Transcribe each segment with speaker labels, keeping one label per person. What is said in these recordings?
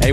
Speaker 1: Hey,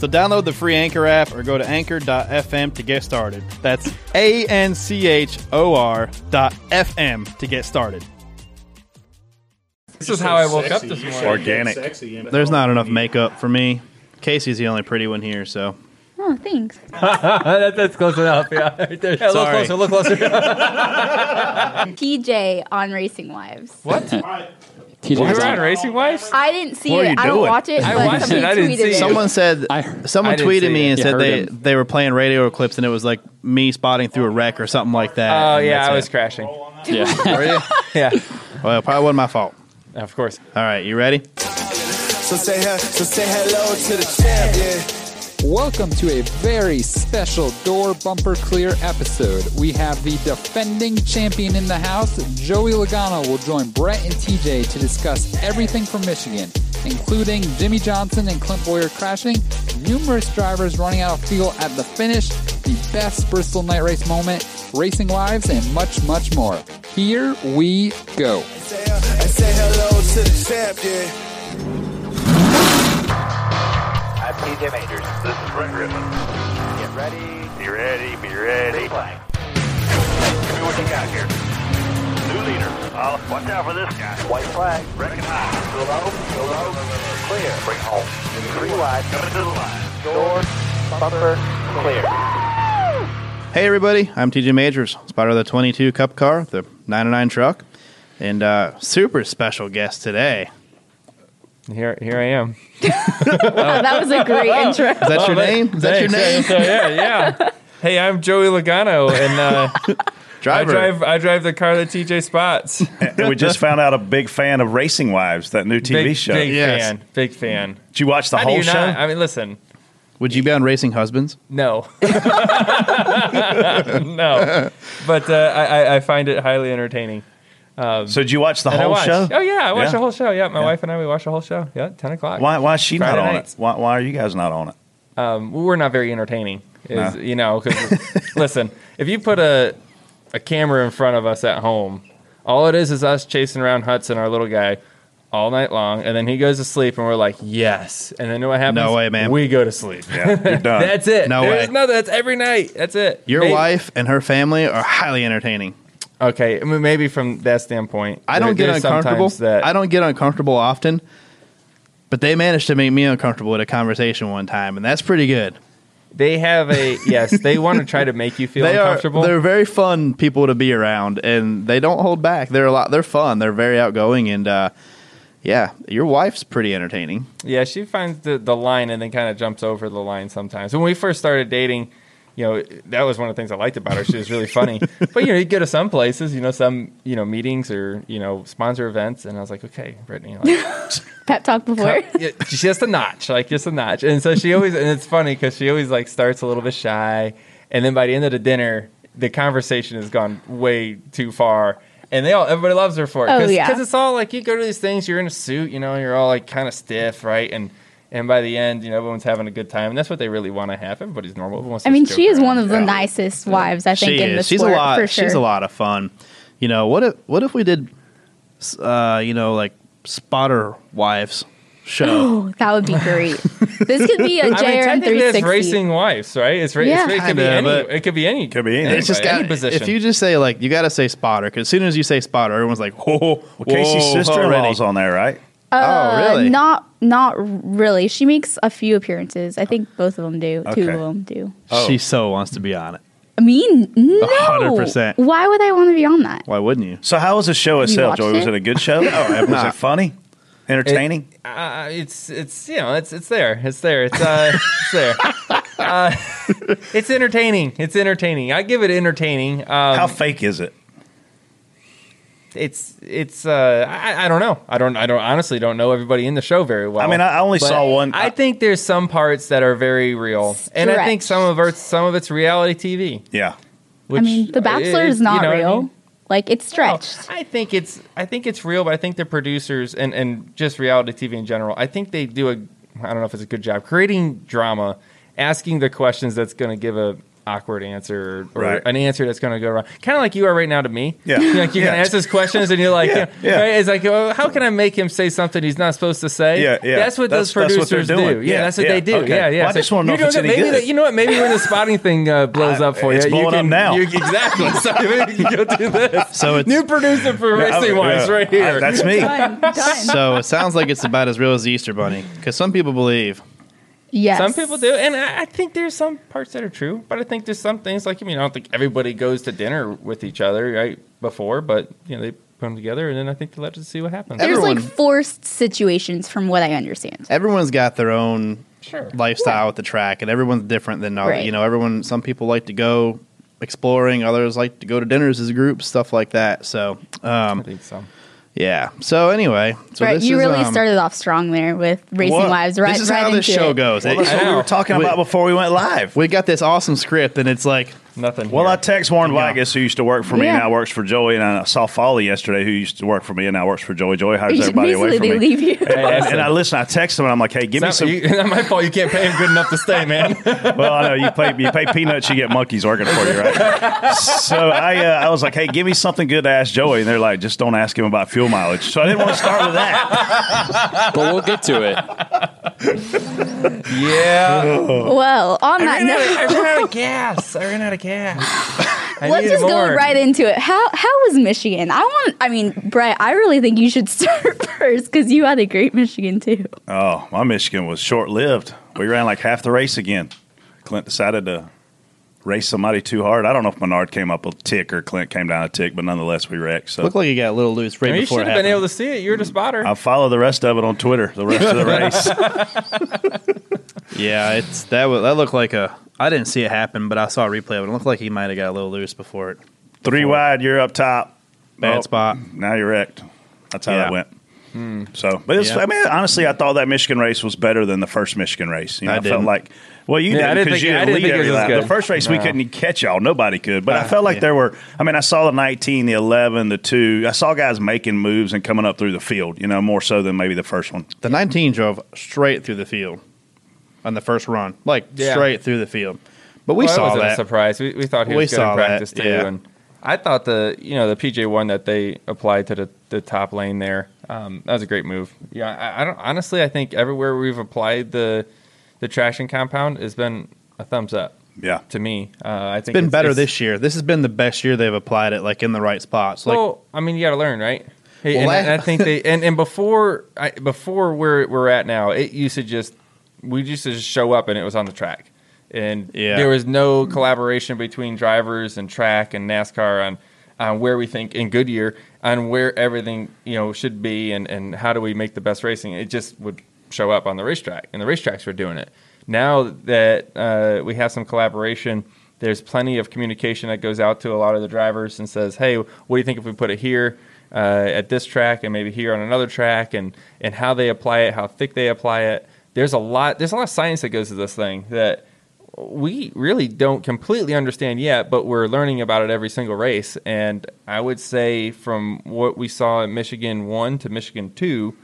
Speaker 2: So download the free Anchor app or go to anchor.fm to get started. That's A N C H O R dot FM to get started.
Speaker 3: This is how I woke up this morning.
Speaker 4: Organic.
Speaker 2: There's not enough makeup for me. Casey's the only pretty one here, so.
Speaker 5: Oh, thanks.
Speaker 3: That- that's close enough. Yeah, right there. Yeah, look
Speaker 2: Sorry.
Speaker 3: closer. Look closer.
Speaker 5: TJ on Racing Wives.
Speaker 3: Remember on Racing Wives?
Speaker 5: I didn't see
Speaker 4: What are
Speaker 5: it.
Speaker 4: you
Speaker 5: I don't
Speaker 4: doing?
Speaker 5: watch it.
Speaker 3: I
Speaker 5: but
Speaker 3: watched it.
Speaker 5: somebody
Speaker 3: I didn't
Speaker 5: tweeted
Speaker 3: see it.
Speaker 5: it.
Speaker 2: Someone said
Speaker 6: I-
Speaker 2: someone
Speaker 3: I didn't
Speaker 2: tweeted
Speaker 3: see
Speaker 2: me
Speaker 3: it.
Speaker 2: and
Speaker 6: You
Speaker 2: said
Speaker 6: heard
Speaker 2: they
Speaker 6: him.
Speaker 2: they were playing radio clips and it was like me spotting through a wreck or something like that.
Speaker 3: Oh
Speaker 2: and
Speaker 3: yeah,
Speaker 2: that's
Speaker 3: I was
Speaker 2: it.
Speaker 3: crashing.
Speaker 6: Yeah.
Speaker 3: Yeah,
Speaker 2: Well, it probably wasn't my fault.
Speaker 3: of course.
Speaker 2: All right, you ready?
Speaker 7: So say, he- so say hello to the champ, yeah.
Speaker 6: Welcome to a very special door bumper clear episode. We have the defending champion in the house, Joey Logano, will join Brett and TJ to discuss everything from Michigan, including Jimmy Johnson and Clint Boyer crashing, numerous drivers running out of fuel at the finish, the best Bristol night race moment, racing lives, and much, much more. Here we go.
Speaker 7: Say, and say hello to the champ, yeah.
Speaker 8: I'm PJ Majors. This is Brett Griffin. Get ready. Be ready. Be ready. Play. Give me what you got here. New leader. Oh, watch out for this guy. White flag. Reckon high. Go low. Go low. Clear. Bring home. Three wide. Coming to the line. Door. Bumper. Clear.
Speaker 2: Hey, everybody, I'm TJ Majors, spotter of the 22 Cup car, the 99 truck, and uh, super special guest today.
Speaker 3: Here, here I am.
Speaker 5: Oh, that was a great intro.
Speaker 2: Is that
Speaker 3: Oh,
Speaker 2: your name? Is that your name?
Speaker 3: So, yeah, yeah. Hey, I'm Joey Logano, and uh, I
Speaker 2: Driver.
Speaker 3: drive I drive the car that TJ spots.
Speaker 4: And we just found out a big fan of Racing Wives, that new TV
Speaker 3: big,
Speaker 4: show.
Speaker 3: Big
Speaker 2: Yes.
Speaker 3: fan. Big fan.
Speaker 4: Did you watch the
Speaker 3: How do
Speaker 4: whole
Speaker 3: you
Speaker 4: show?
Speaker 3: not? I mean, listen.
Speaker 2: Would you be on Racing Husbands?
Speaker 3: No. no. But uh, I, I- I find it highly entertaining.
Speaker 4: so did you watch the
Speaker 3: And I
Speaker 4: whole
Speaker 3: watch.
Speaker 4: show?
Speaker 3: Oh yeah, I watched
Speaker 4: Yeah.
Speaker 3: the whole show. Yeah, my wife and I we watched the whole show. Yeah, ten o'clock.
Speaker 4: Why, why is she
Speaker 3: Friday
Speaker 4: not on
Speaker 3: nights.
Speaker 4: it? Why, why are you guys not on it?
Speaker 3: Um, we're not very entertaining. Is you know? 'cause- listen, if you put a a camera in front of us at home, all it is is us chasing around Hudson, our little guy, all night long, and then he goes to sleep, and we're like, yes. And then what happens?
Speaker 2: No way, man.
Speaker 3: We go to sleep.
Speaker 4: Yeah, you're done.
Speaker 3: That's it.
Speaker 2: No
Speaker 3: There's
Speaker 2: way.
Speaker 3: No, that's every night. That's it.
Speaker 2: Your
Speaker 3: Maybe-
Speaker 2: wife and her family are highly entertaining.
Speaker 3: Okay, I mean, maybe from that standpoint,
Speaker 2: I
Speaker 3: there-
Speaker 2: don't get
Speaker 3: there's sometimes
Speaker 2: uncomfortable.
Speaker 3: That
Speaker 2: I don't get uncomfortable often, but they managed to make me uncomfortable at a conversation one time, and that's pretty good.
Speaker 3: they have a yes. They want to try to make you feel
Speaker 2: they are
Speaker 3: uncomfortable.
Speaker 2: they're very fun people to be around, and they don't hold back. They're a lot. They're fun. They're very outgoing, and uh, yeah, your wife's pretty entertaining.
Speaker 3: Yeah, she finds the, the line and then kind of jumps over the line sometimes. When we first started dating, you know, that was one of the things I liked about her. She was really funny. but you know, you go to some places, you know, some you know meetings or you know sponsor events, and I was like, okay, Brittany, like,
Speaker 5: Pep talk before.
Speaker 3: yeah, she's just a notch, like just a notch. And so she always, and it's funny because she always like starts a little bit shy, and then by the end of the dinner, the conversation has gone way too far. And they all, everybody loves her for it.
Speaker 5: Oh,
Speaker 3: Cause,
Speaker 5: yeah.
Speaker 3: 'cause it's all like you go to these things, you're in a suit, you know, you're all like kind of stiff, right? And and by the end, you know, everyone's having a good time, and that's what they really want to have. Everybody's normal. Everyone wants
Speaker 5: I
Speaker 3: to
Speaker 5: mean,
Speaker 3: joke
Speaker 5: she is
Speaker 3: around.
Speaker 5: one of the nicest wives I think
Speaker 2: she
Speaker 5: in the
Speaker 2: is. She's
Speaker 5: sport
Speaker 2: a lot.
Speaker 5: for sure.
Speaker 2: She's a lot of fun. You know what? If what if we did, uh, you know, like spotter wives show?
Speaker 5: That would be great. this could be a
Speaker 3: I mean,
Speaker 5: JRN
Speaker 3: technically, it's
Speaker 5: 360.
Speaker 3: racing wives, right? It's, ra- it's
Speaker 5: Yeah.
Speaker 3: ra- it could be
Speaker 2: Kinda,
Speaker 3: any.
Speaker 2: but-
Speaker 3: It could be any.
Speaker 4: Could be anything.
Speaker 2: It's just
Speaker 3: Anybody,
Speaker 2: got
Speaker 3: any position.
Speaker 2: If you just say like you got to say spotter, because as soon as you say spotter, everyone's like, "Whoa, whoa,
Speaker 4: Well, Casey's
Speaker 2: whoa,
Speaker 4: sister in law's
Speaker 2: already."
Speaker 4: on there, right?
Speaker 2: oh, really?
Speaker 5: Uh, Not, not really. She makes a few appearances. I think both of them do. Two
Speaker 4: Okay.
Speaker 5: of them do.
Speaker 2: She so wants to be on it.
Speaker 5: mean, no.
Speaker 2: 100%.
Speaker 5: Why would I want to be on that?
Speaker 2: Why wouldn't you?
Speaker 4: So how was the show itself,
Speaker 5: watched
Speaker 4: Joey? Was
Speaker 5: it?
Speaker 4: it a good show? Or was it funny? Entertaining?
Speaker 3: Uh, it's it's you know it's it's there it's there it's uh it's there. Uh, it's entertaining. It's entertaining. I give it entertaining. Um,
Speaker 4: how fake is it?
Speaker 3: it's it's uh I, I don't know i don't i don't honestly don't know everybody in the show very well
Speaker 4: I mean, I I only
Speaker 3: Oh, But
Speaker 4: saw one.
Speaker 3: i think there's some parts that are very real and i think
Speaker 5: Stretched.
Speaker 3: some of it's some of it's reality tv
Speaker 4: yeah.
Speaker 3: which,
Speaker 5: I mean, The Bachelor is
Speaker 3: you
Speaker 5: not
Speaker 3: know what I
Speaker 5: real.
Speaker 3: mean?
Speaker 5: Like it's
Speaker 3: No,
Speaker 5: stretched.
Speaker 3: I think it's I think it's real, but I think the producers and, and just reality TV in general, I think they do a I don't know if it's a good job creating drama, asking the questions that's going to give a awkward answer or, or
Speaker 4: Right.
Speaker 3: an answer that's going to go wrong. Kind of like you are right now to me.
Speaker 4: Yeah.
Speaker 3: You're like you're
Speaker 4: Yeah.
Speaker 3: going to ask those questions and you're like,
Speaker 4: Yeah,
Speaker 3: you know,
Speaker 4: yeah.
Speaker 3: right? it's like, well, how can I make him say something he's not supposed to say?
Speaker 4: Yeah, yeah.
Speaker 3: That's what
Speaker 4: That's-
Speaker 3: those
Speaker 4: that's what they're
Speaker 3: producers
Speaker 4: doing.
Speaker 3: do. Yeah,
Speaker 4: Yeah,
Speaker 3: that's what
Speaker 4: yeah.
Speaker 3: they do.
Speaker 4: Okay.
Speaker 3: Yeah, yeah.
Speaker 4: Well, I
Speaker 3: So
Speaker 4: just wanna know
Speaker 3: you're
Speaker 4: if
Speaker 3: doing
Speaker 4: it's
Speaker 3: good.
Speaker 4: any
Speaker 3: maybe
Speaker 4: good.
Speaker 3: the- you know what? Maybe when the spotting thing uh, blows up for
Speaker 4: it's
Speaker 3: you, you
Speaker 4: blowing up
Speaker 3: can,
Speaker 4: now.
Speaker 3: you- exactly. So I mean, you go do this.
Speaker 2: So it's
Speaker 3: New producer for
Speaker 4: Yeah, I-
Speaker 3: Racing Wise
Speaker 4: yeah.
Speaker 3: right here.
Speaker 4: I- that's me.
Speaker 5: Done. Done.
Speaker 2: so it sounds like it's about as real as the Easter Bunny because some people believe.
Speaker 5: yes.
Speaker 3: Some people do, and I, I think there's some parts that are true, but I think there's some things like I mean, I don't think everybody goes to dinner with each other right before, but you know they put them together, and then I think they let us see what happens.
Speaker 5: There's
Speaker 2: Everyone-
Speaker 5: like forced situations, from what I understand.
Speaker 2: Everyone's got their own
Speaker 3: Sure.
Speaker 2: lifestyle at the track, and everyone's different than other.
Speaker 5: Right.
Speaker 2: You know, everyone. Some people like to go exploring, others like to go to dinners as a group, stuff like that. So,
Speaker 3: I
Speaker 2: um,
Speaker 3: think so.
Speaker 2: yeah. So anyway, so
Speaker 5: right,
Speaker 2: this
Speaker 5: you
Speaker 2: is,
Speaker 5: really
Speaker 2: um,
Speaker 5: started off strong there with Racing
Speaker 2: what-
Speaker 5: Wives. Right,
Speaker 2: This is
Speaker 5: right
Speaker 2: how this
Speaker 5: into
Speaker 2: show
Speaker 5: it.
Speaker 2: goes.
Speaker 4: Well, that's
Speaker 2: It-
Speaker 4: what we
Speaker 3: Wow.
Speaker 4: were talking
Speaker 2: Wait.
Speaker 4: about before we went live.
Speaker 2: we got this awesome script, and it's like
Speaker 3: Nothing.
Speaker 4: Well,
Speaker 3: here.
Speaker 4: I text Warren Vargas, who used to work for me and
Speaker 5: Yeah.
Speaker 4: now works for Joey, and I saw Folly yesterday, who used to work for me and now works for Joey. Joey hires everybody away
Speaker 5: Basically,
Speaker 4: from
Speaker 5: they
Speaker 4: me.
Speaker 5: leave you.
Speaker 3: Hey,
Speaker 4: And,
Speaker 3: listen,
Speaker 4: and I listen, I text him, and I'm like, "Hey, give me
Speaker 3: it's
Speaker 4: some."
Speaker 3: not, you, not my fault. You can't pay him good enough to stay, man.
Speaker 4: well, I know you pay you pay peanuts, you get monkeys working for you, right? so I uh, I was like, "Hey, give me something good to ask Joey," and they're like, "Just don't ask him about fuel mileage." So I didn't want to start with that.
Speaker 6: But we'll get to it.
Speaker 3: yeah.
Speaker 5: well, on
Speaker 3: I
Speaker 5: that
Speaker 3: ran, out
Speaker 5: note,
Speaker 3: of, I ran out of gas. I ran out of gas. I
Speaker 5: let's
Speaker 3: needed
Speaker 5: just
Speaker 3: more.
Speaker 5: go right into it. How how was Michigan? I want. I mean, Brett, I really think you should start first because you had a great Michigan too.
Speaker 4: Oh, my Michigan was short lived. We ran like half the race again. Clint decided to race somebody too hard. I don't know if Menard came up a tick or Clint came down a tick, but nonetheless, we wrecked. So
Speaker 2: looked like you got a little loose right
Speaker 3: I mean, you
Speaker 2: before
Speaker 3: should
Speaker 2: it
Speaker 3: have been
Speaker 2: happened.
Speaker 3: able to see it. You were the spotter.
Speaker 4: I follow the rest of it on Twitter. The rest of the race.
Speaker 2: yeah, it's that. Was, that looked like a. I didn't see it happen, but I saw a replay of it. It looked like he might have got a little loose before it.
Speaker 4: Three wide, you're up top.
Speaker 2: Bad
Speaker 4: Oh,
Speaker 2: spot.
Speaker 4: Now you're wrecked. That's how
Speaker 2: Yeah.
Speaker 4: that went.
Speaker 3: Hmm.
Speaker 4: So, but it's,
Speaker 2: Yeah.
Speaker 4: I mean, honestly, I thought that Michigan race was better than the first Michigan race. You know, I,
Speaker 2: I
Speaker 4: felt
Speaker 2: didn't.
Speaker 4: like, well, you
Speaker 3: Yeah, I
Speaker 4: didn't
Speaker 3: didn't
Speaker 4: because you
Speaker 3: think- I
Speaker 4: didn't
Speaker 3: didn't
Speaker 4: lead
Speaker 3: think it
Speaker 4: every
Speaker 3: was
Speaker 4: lap.
Speaker 3: good.
Speaker 4: The first race we
Speaker 3: No. Ah,
Speaker 4: couldn't catch y'all. Nobody could. But I felt like
Speaker 2: yeah.
Speaker 4: there were. I mean, I saw the 19, the 11, the two. I saw guys making moves and coming up through the field. You know, more so than maybe the first one.
Speaker 2: The 19 drove straight through the field on the first run, like
Speaker 3: Yeah.
Speaker 2: straight through the field. But we
Speaker 3: Well,
Speaker 2: saw
Speaker 3: wasn't a
Speaker 2: that.
Speaker 3: surprise. We, we thought he
Speaker 2: We
Speaker 3: was good
Speaker 2: saw
Speaker 3: in
Speaker 2: that,
Speaker 3: practice too.
Speaker 2: yeah.
Speaker 3: And I thought the you know the PJ one that they applied to the, the top lane there um, that was a great move. Yeah, I, I don't honestly. I think everywhere we've applied the the traction compound has been a thumbs up
Speaker 4: Yeah.
Speaker 3: to me. Uh, I think
Speaker 2: It's been better
Speaker 3: it's-
Speaker 2: this year. This has been the best year they've applied it, like in the right spots. Like,
Speaker 3: well, I mean, you got to learn, right? Hey,
Speaker 2: Well,
Speaker 3: and, I,
Speaker 2: last-
Speaker 3: and I think they and, and before I, before where we're at now, it used to just we used to just show up and it was on the track, and
Speaker 2: Yeah.
Speaker 3: there was no collaboration between drivers and track and NASCAR on on where we think in Goodyear on where everything you know should be and and how do we make the best racing. It just would show up on the racetrack, and the racetracks were doing it. Now that uh, we have some collaboration there's plenty of communication that goes out to a lot of the drivers and says, "Hey, what do you think if we put it here uh, at this track and maybe here on another track and and how they apply it, how thick they apply it." There's a lot. There's a lot of science that goes to this thing that we really don't completely understand yet, but we're learning about it every single race. And I would say from what we saw at Michigan one to Michigan two,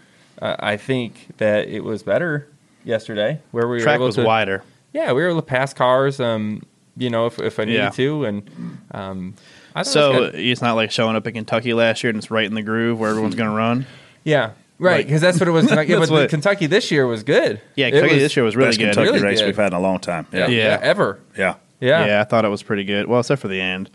Speaker 3: uh, I think that it was better yesterday where we were
Speaker 2: track
Speaker 3: able
Speaker 2: was
Speaker 3: to
Speaker 2: wider.
Speaker 3: yeah, we were able to pass cars, um, you know, if, if I needed
Speaker 2: Yeah.
Speaker 3: to, and um, I thought it
Speaker 2: So
Speaker 3: was good.
Speaker 2: it's not like showing up at Kentucky last year and it's right in the groove where everyone's going to run.
Speaker 3: yeah, right, because that's what it was. Kentucky,
Speaker 2: That's
Speaker 3: but
Speaker 2: what-
Speaker 3: Kentucky this year was good.
Speaker 2: Yeah,
Speaker 3: It
Speaker 2: Kentucky
Speaker 3: was-
Speaker 2: this year was really
Speaker 4: Best
Speaker 2: good.
Speaker 4: Kentucky
Speaker 3: Really
Speaker 4: race
Speaker 3: good.
Speaker 4: we've had in a long time.
Speaker 3: yeah,
Speaker 4: Yeah,
Speaker 2: Yeah.
Speaker 3: yeah, ever,
Speaker 4: yeah.
Speaker 3: yeah,
Speaker 2: Yeah, I thought it was pretty good. Well, except for the end.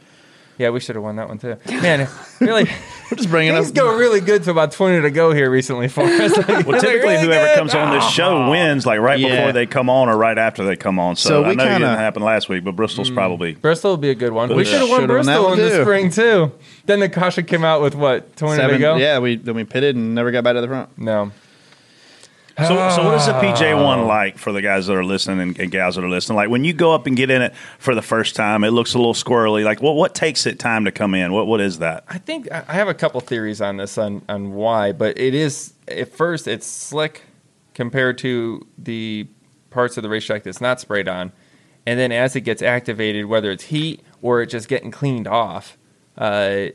Speaker 3: Yeah, we should have won that one too. Man, really,
Speaker 4: We're just bringing
Speaker 3: things
Speaker 4: up.
Speaker 3: go really good to about twenty to go here recently for us.
Speaker 4: Well, typically, whoever comes on this show wins, like right
Speaker 2: Yeah.
Speaker 4: before they come on or right after they come on. So,
Speaker 2: So we
Speaker 4: I know it
Speaker 2: kinda-
Speaker 4: didn't happen last week, but Bristol's probably.
Speaker 3: Bristol would be a good one.
Speaker 4: Yeah.
Speaker 3: We should have
Speaker 2: Should've
Speaker 3: won
Speaker 2: won that
Speaker 3: Bristol
Speaker 2: one,
Speaker 3: in the
Speaker 2: too.
Speaker 3: spring too. Then Nakasha came out with what twenty
Speaker 2: Seven,
Speaker 3: to go.
Speaker 2: Yeah, we then we pitted and never got back to the front.
Speaker 3: No.
Speaker 4: So, so what is the
Speaker 2: Oh.
Speaker 4: PJ one like for the guys that are listening and, and gals that are listening? Like when you go up and get in it for the first time, it looks a little squirrely. Like what what takes it time to come in? What what is that?
Speaker 3: I think I I have a couple theories on this on, on why, but it is at first it's slick compared to the parts of the racetrack that's not sprayed on, and then as it gets activated, whether it's heat or it just getting cleaned off, uh,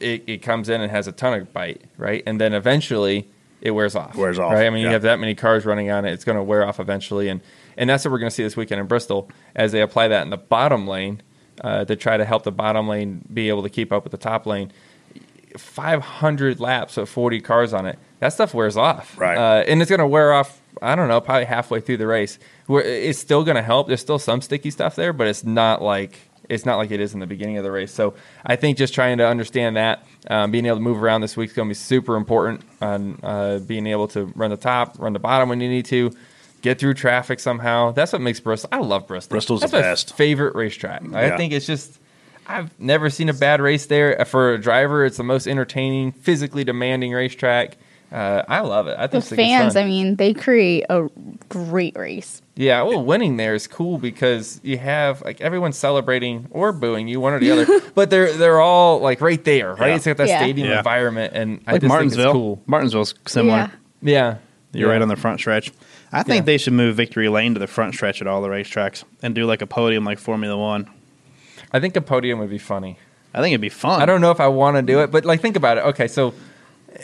Speaker 3: it, it comes in and has a ton of bite, right? And then eventually it wears off.
Speaker 4: Wears off,
Speaker 3: Right? I mean,
Speaker 4: yeah.
Speaker 3: you have that many cars running on it, it's going to wear off eventually. And, and that's what we're going to see this weekend in Bristol as they apply that in the bottom lane uh, to try to help the bottom lane be able to keep up with the top lane. 500 laps with 40 cars on it. That stuff wears off.
Speaker 4: Right.
Speaker 3: Uh, and it's going to wear off, I don't know, probably halfway through the race. Where it's still going to help. There's still some sticky stuff there, but it's not like it's not like it is in the beginning of the race. So I think just trying to understand that, um, being able to move around this week is going to be super important on uh, being able to run the top, run the bottom when you need to, get through traffic somehow. That's what makes Bristol. I love Bristol.
Speaker 4: Bristol's
Speaker 3: That's
Speaker 4: the
Speaker 3: my
Speaker 4: best.
Speaker 3: favorite racetrack. I
Speaker 4: Yeah.
Speaker 3: think it's just I've never seen a bad race there. Uh, For a driver, it's the most entertaining, physically demanding racetrack. Uh, I love it. I
Speaker 5: The
Speaker 3: think it's
Speaker 5: fans,
Speaker 3: Fun.
Speaker 5: I mean, they create a great race.
Speaker 3: yeah. Well, winning there is cool because you have like everyone celebrating or booing you, one or the other. but they're they're all like right there, right?
Speaker 4: Yeah.
Speaker 3: It's got that
Speaker 5: Yeah.
Speaker 3: stadium
Speaker 2: Yeah.
Speaker 3: environment, and I
Speaker 2: Like
Speaker 3: just
Speaker 2: Martinsville.
Speaker 3: think it's cool.
Speaker 2: Martinsville's similar.
Speaker 5: Yeah.
Speaker 3: Yeah,
Speaker 2: You're
Speaker 3: Yeah.
Speaker 2: right on the front stretch. I think
Speaker 3: Yeah.
Speaker 2: they should move Victory Lane to the front stretch at all the racetracks and do like a podium like Formula One.
Speaker 3: I think a podium would be funny.
Speaker 2: I think it'd be fun.
Speaker 3: I don't know if I want to do it, but like think about it. Okay, so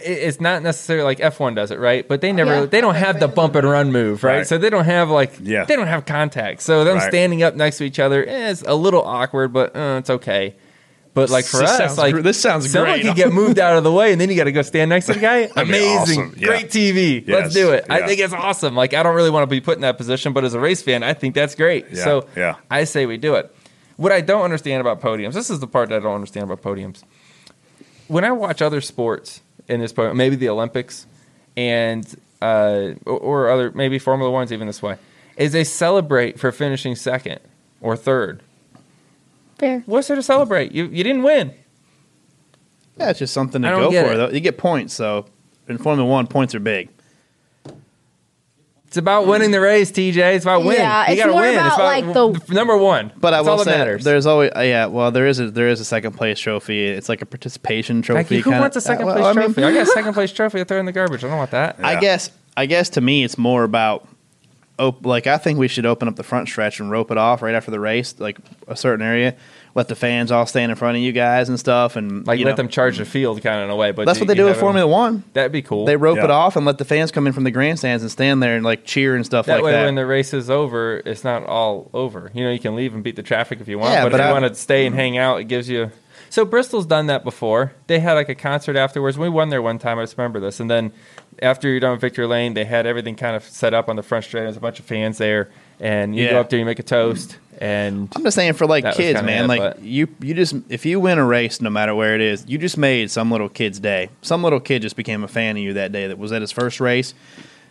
Speaker 3: it- it's not necessarily like F1 does it, right? But they never
Speaker 5: Yeah.
Speaker 3: they don't have the bump and run move, right?
Speaker 4: Right.
Speaker 3: So they don't have like
Speaker 4: Yeah.
Speaker 3: they don't have contact. So them
Speaker 4: Right.
Speaker 3: standing up next to each other eh, it's a little awkward, but uh, it's okay. But like for
Speaker 2: This
Speaker 3: us,
Speaker 2: sounds
Speaker 3: like
Speaker 2: gr- this sounds
Speaker 3: someone
Speaker 2: great.
Speaker 3: could get moved out of the way, and then you got to go stand next to the guy.
Speaker 4: be
Speaker 3: Amazing,
Speaker 4: awesome. Yeah.
Speaker 3: great TV.
Speaker 4: Yes.
Speaker 3: Let's do it. I
Speaker 4: Yeah.
Speaker 3: think it's awesome. Like I don't really want to be put in that position, but as a race fan, I think that's great.
Speaker 4: Yeah,
Speaker 3: So
Speaker 4: yeah.
Speaker 3: I say we do it. What I don't understand about podiums, this is the part that I don't understand about podiums. When I watch other sports in this program, maybe the Olympics and uh, or- or other maybe Formula One's even this way, is they celebrate for finishing second or third.
Speaker 5: Fair.
Speaker 3: What's there to celebrate? You you didn't win.
Speaker 2: Yeah, it's just something to
Speaker 3: I don't
Speaker 2: go
Speaker 3: get
Speaker 2: for
Speaker 3: it.
Speaker 2: though. You get points, so in Formula One, points are big.
Speaker 3: It's about winning the race, TJ. It's about winning.
Speaker 5: Yeah,
Speaker 3: you
Speaker 5: it's
Speaker 3: gotta
Speaker 5: more
Speaker 3: win. it's
Speaker 5: about, like, the-
Speaker 3: f- number one.
Speaker 2: But
Speaker 3: That's
Speaker 2: I
Speaker 3: all
Speaker 2: will
Speaker 3: that
Speaker 2: say
Speaker 3: matters.
Speaker 2: there's always uh, yeah. Well, there is a there is a second place trophy. It's like a participation trophy.
Speaker 3: Becky, who
Speaker 2: kinda-
Speaker 3: wants a second
Speaker 2: Uh, well,
Speaker 3: place
Speaker 2: I mean,
Speaker 3: trophy? I got a second place trophy. I throw in the garbage. I don't want that.
Speaker 2: I
Speaker 4: Yeah.
Speaker 2: guess I guess to me it's more about op- like I think we should open up the front stretch and rope it off right after the race, like a certain area. Let the fans all stand in front of you guys and stuff, and
Speaker 3: Like
Speaker 2: you
Speaker 3: let
Speaker 2: know,
Speaker 3: them charge the field kind of in a way. But
Speaker 2: That's
Speaker 3: you-
Speaker 2: what they
Speaker 3: you
Speaker 2: do
Speaker 3: have
Speaker 2: in
Speaker 3: it-
Speaker 2: Formula One.
Speaker 3: That'd be cool.
Speaker 2: They rope
Speaker 4: Yeah.
Speaker 2: it off and let the fans come in from the grandstands and stand there and like cheer and stuff
Speaker 3: that
Speaker 2: like
Speaker 3: way,
Speaker 2: that.
Speaker 3: when the race is over, it's not all over. You know, you can leave and beat the traffic if you want.
Speaker 2: Yeah,
Speaker 3: but,
Speaker 2: but
Speaker 3: if
Speaker 2: I-
Speaker 3: you want to stay and hang out, it gives you. So Bristol's done that before. They had like a concert afterwards. We won there one time. I just remember this. And then after you're done with Victory Lane, they had everything kind of set up on the front straight. There's a bunch of fans there, and you go
Speaker 2: Yeah.
Speaker 3: up there, you make a toast, and
Speaker 2: I'm just saying for like
Speaker 3: That was
Speaker 2: kids,
Speaker 3: kinda
Speaker 2: man.
Speaker 3: it,
Speaker 2: like
Speaker 3: but-
Speaker 2: you, you just if you win a race, no matter where it is, you just made some little kid's day. Some little kid just became a fan of you that day. That was at his first race,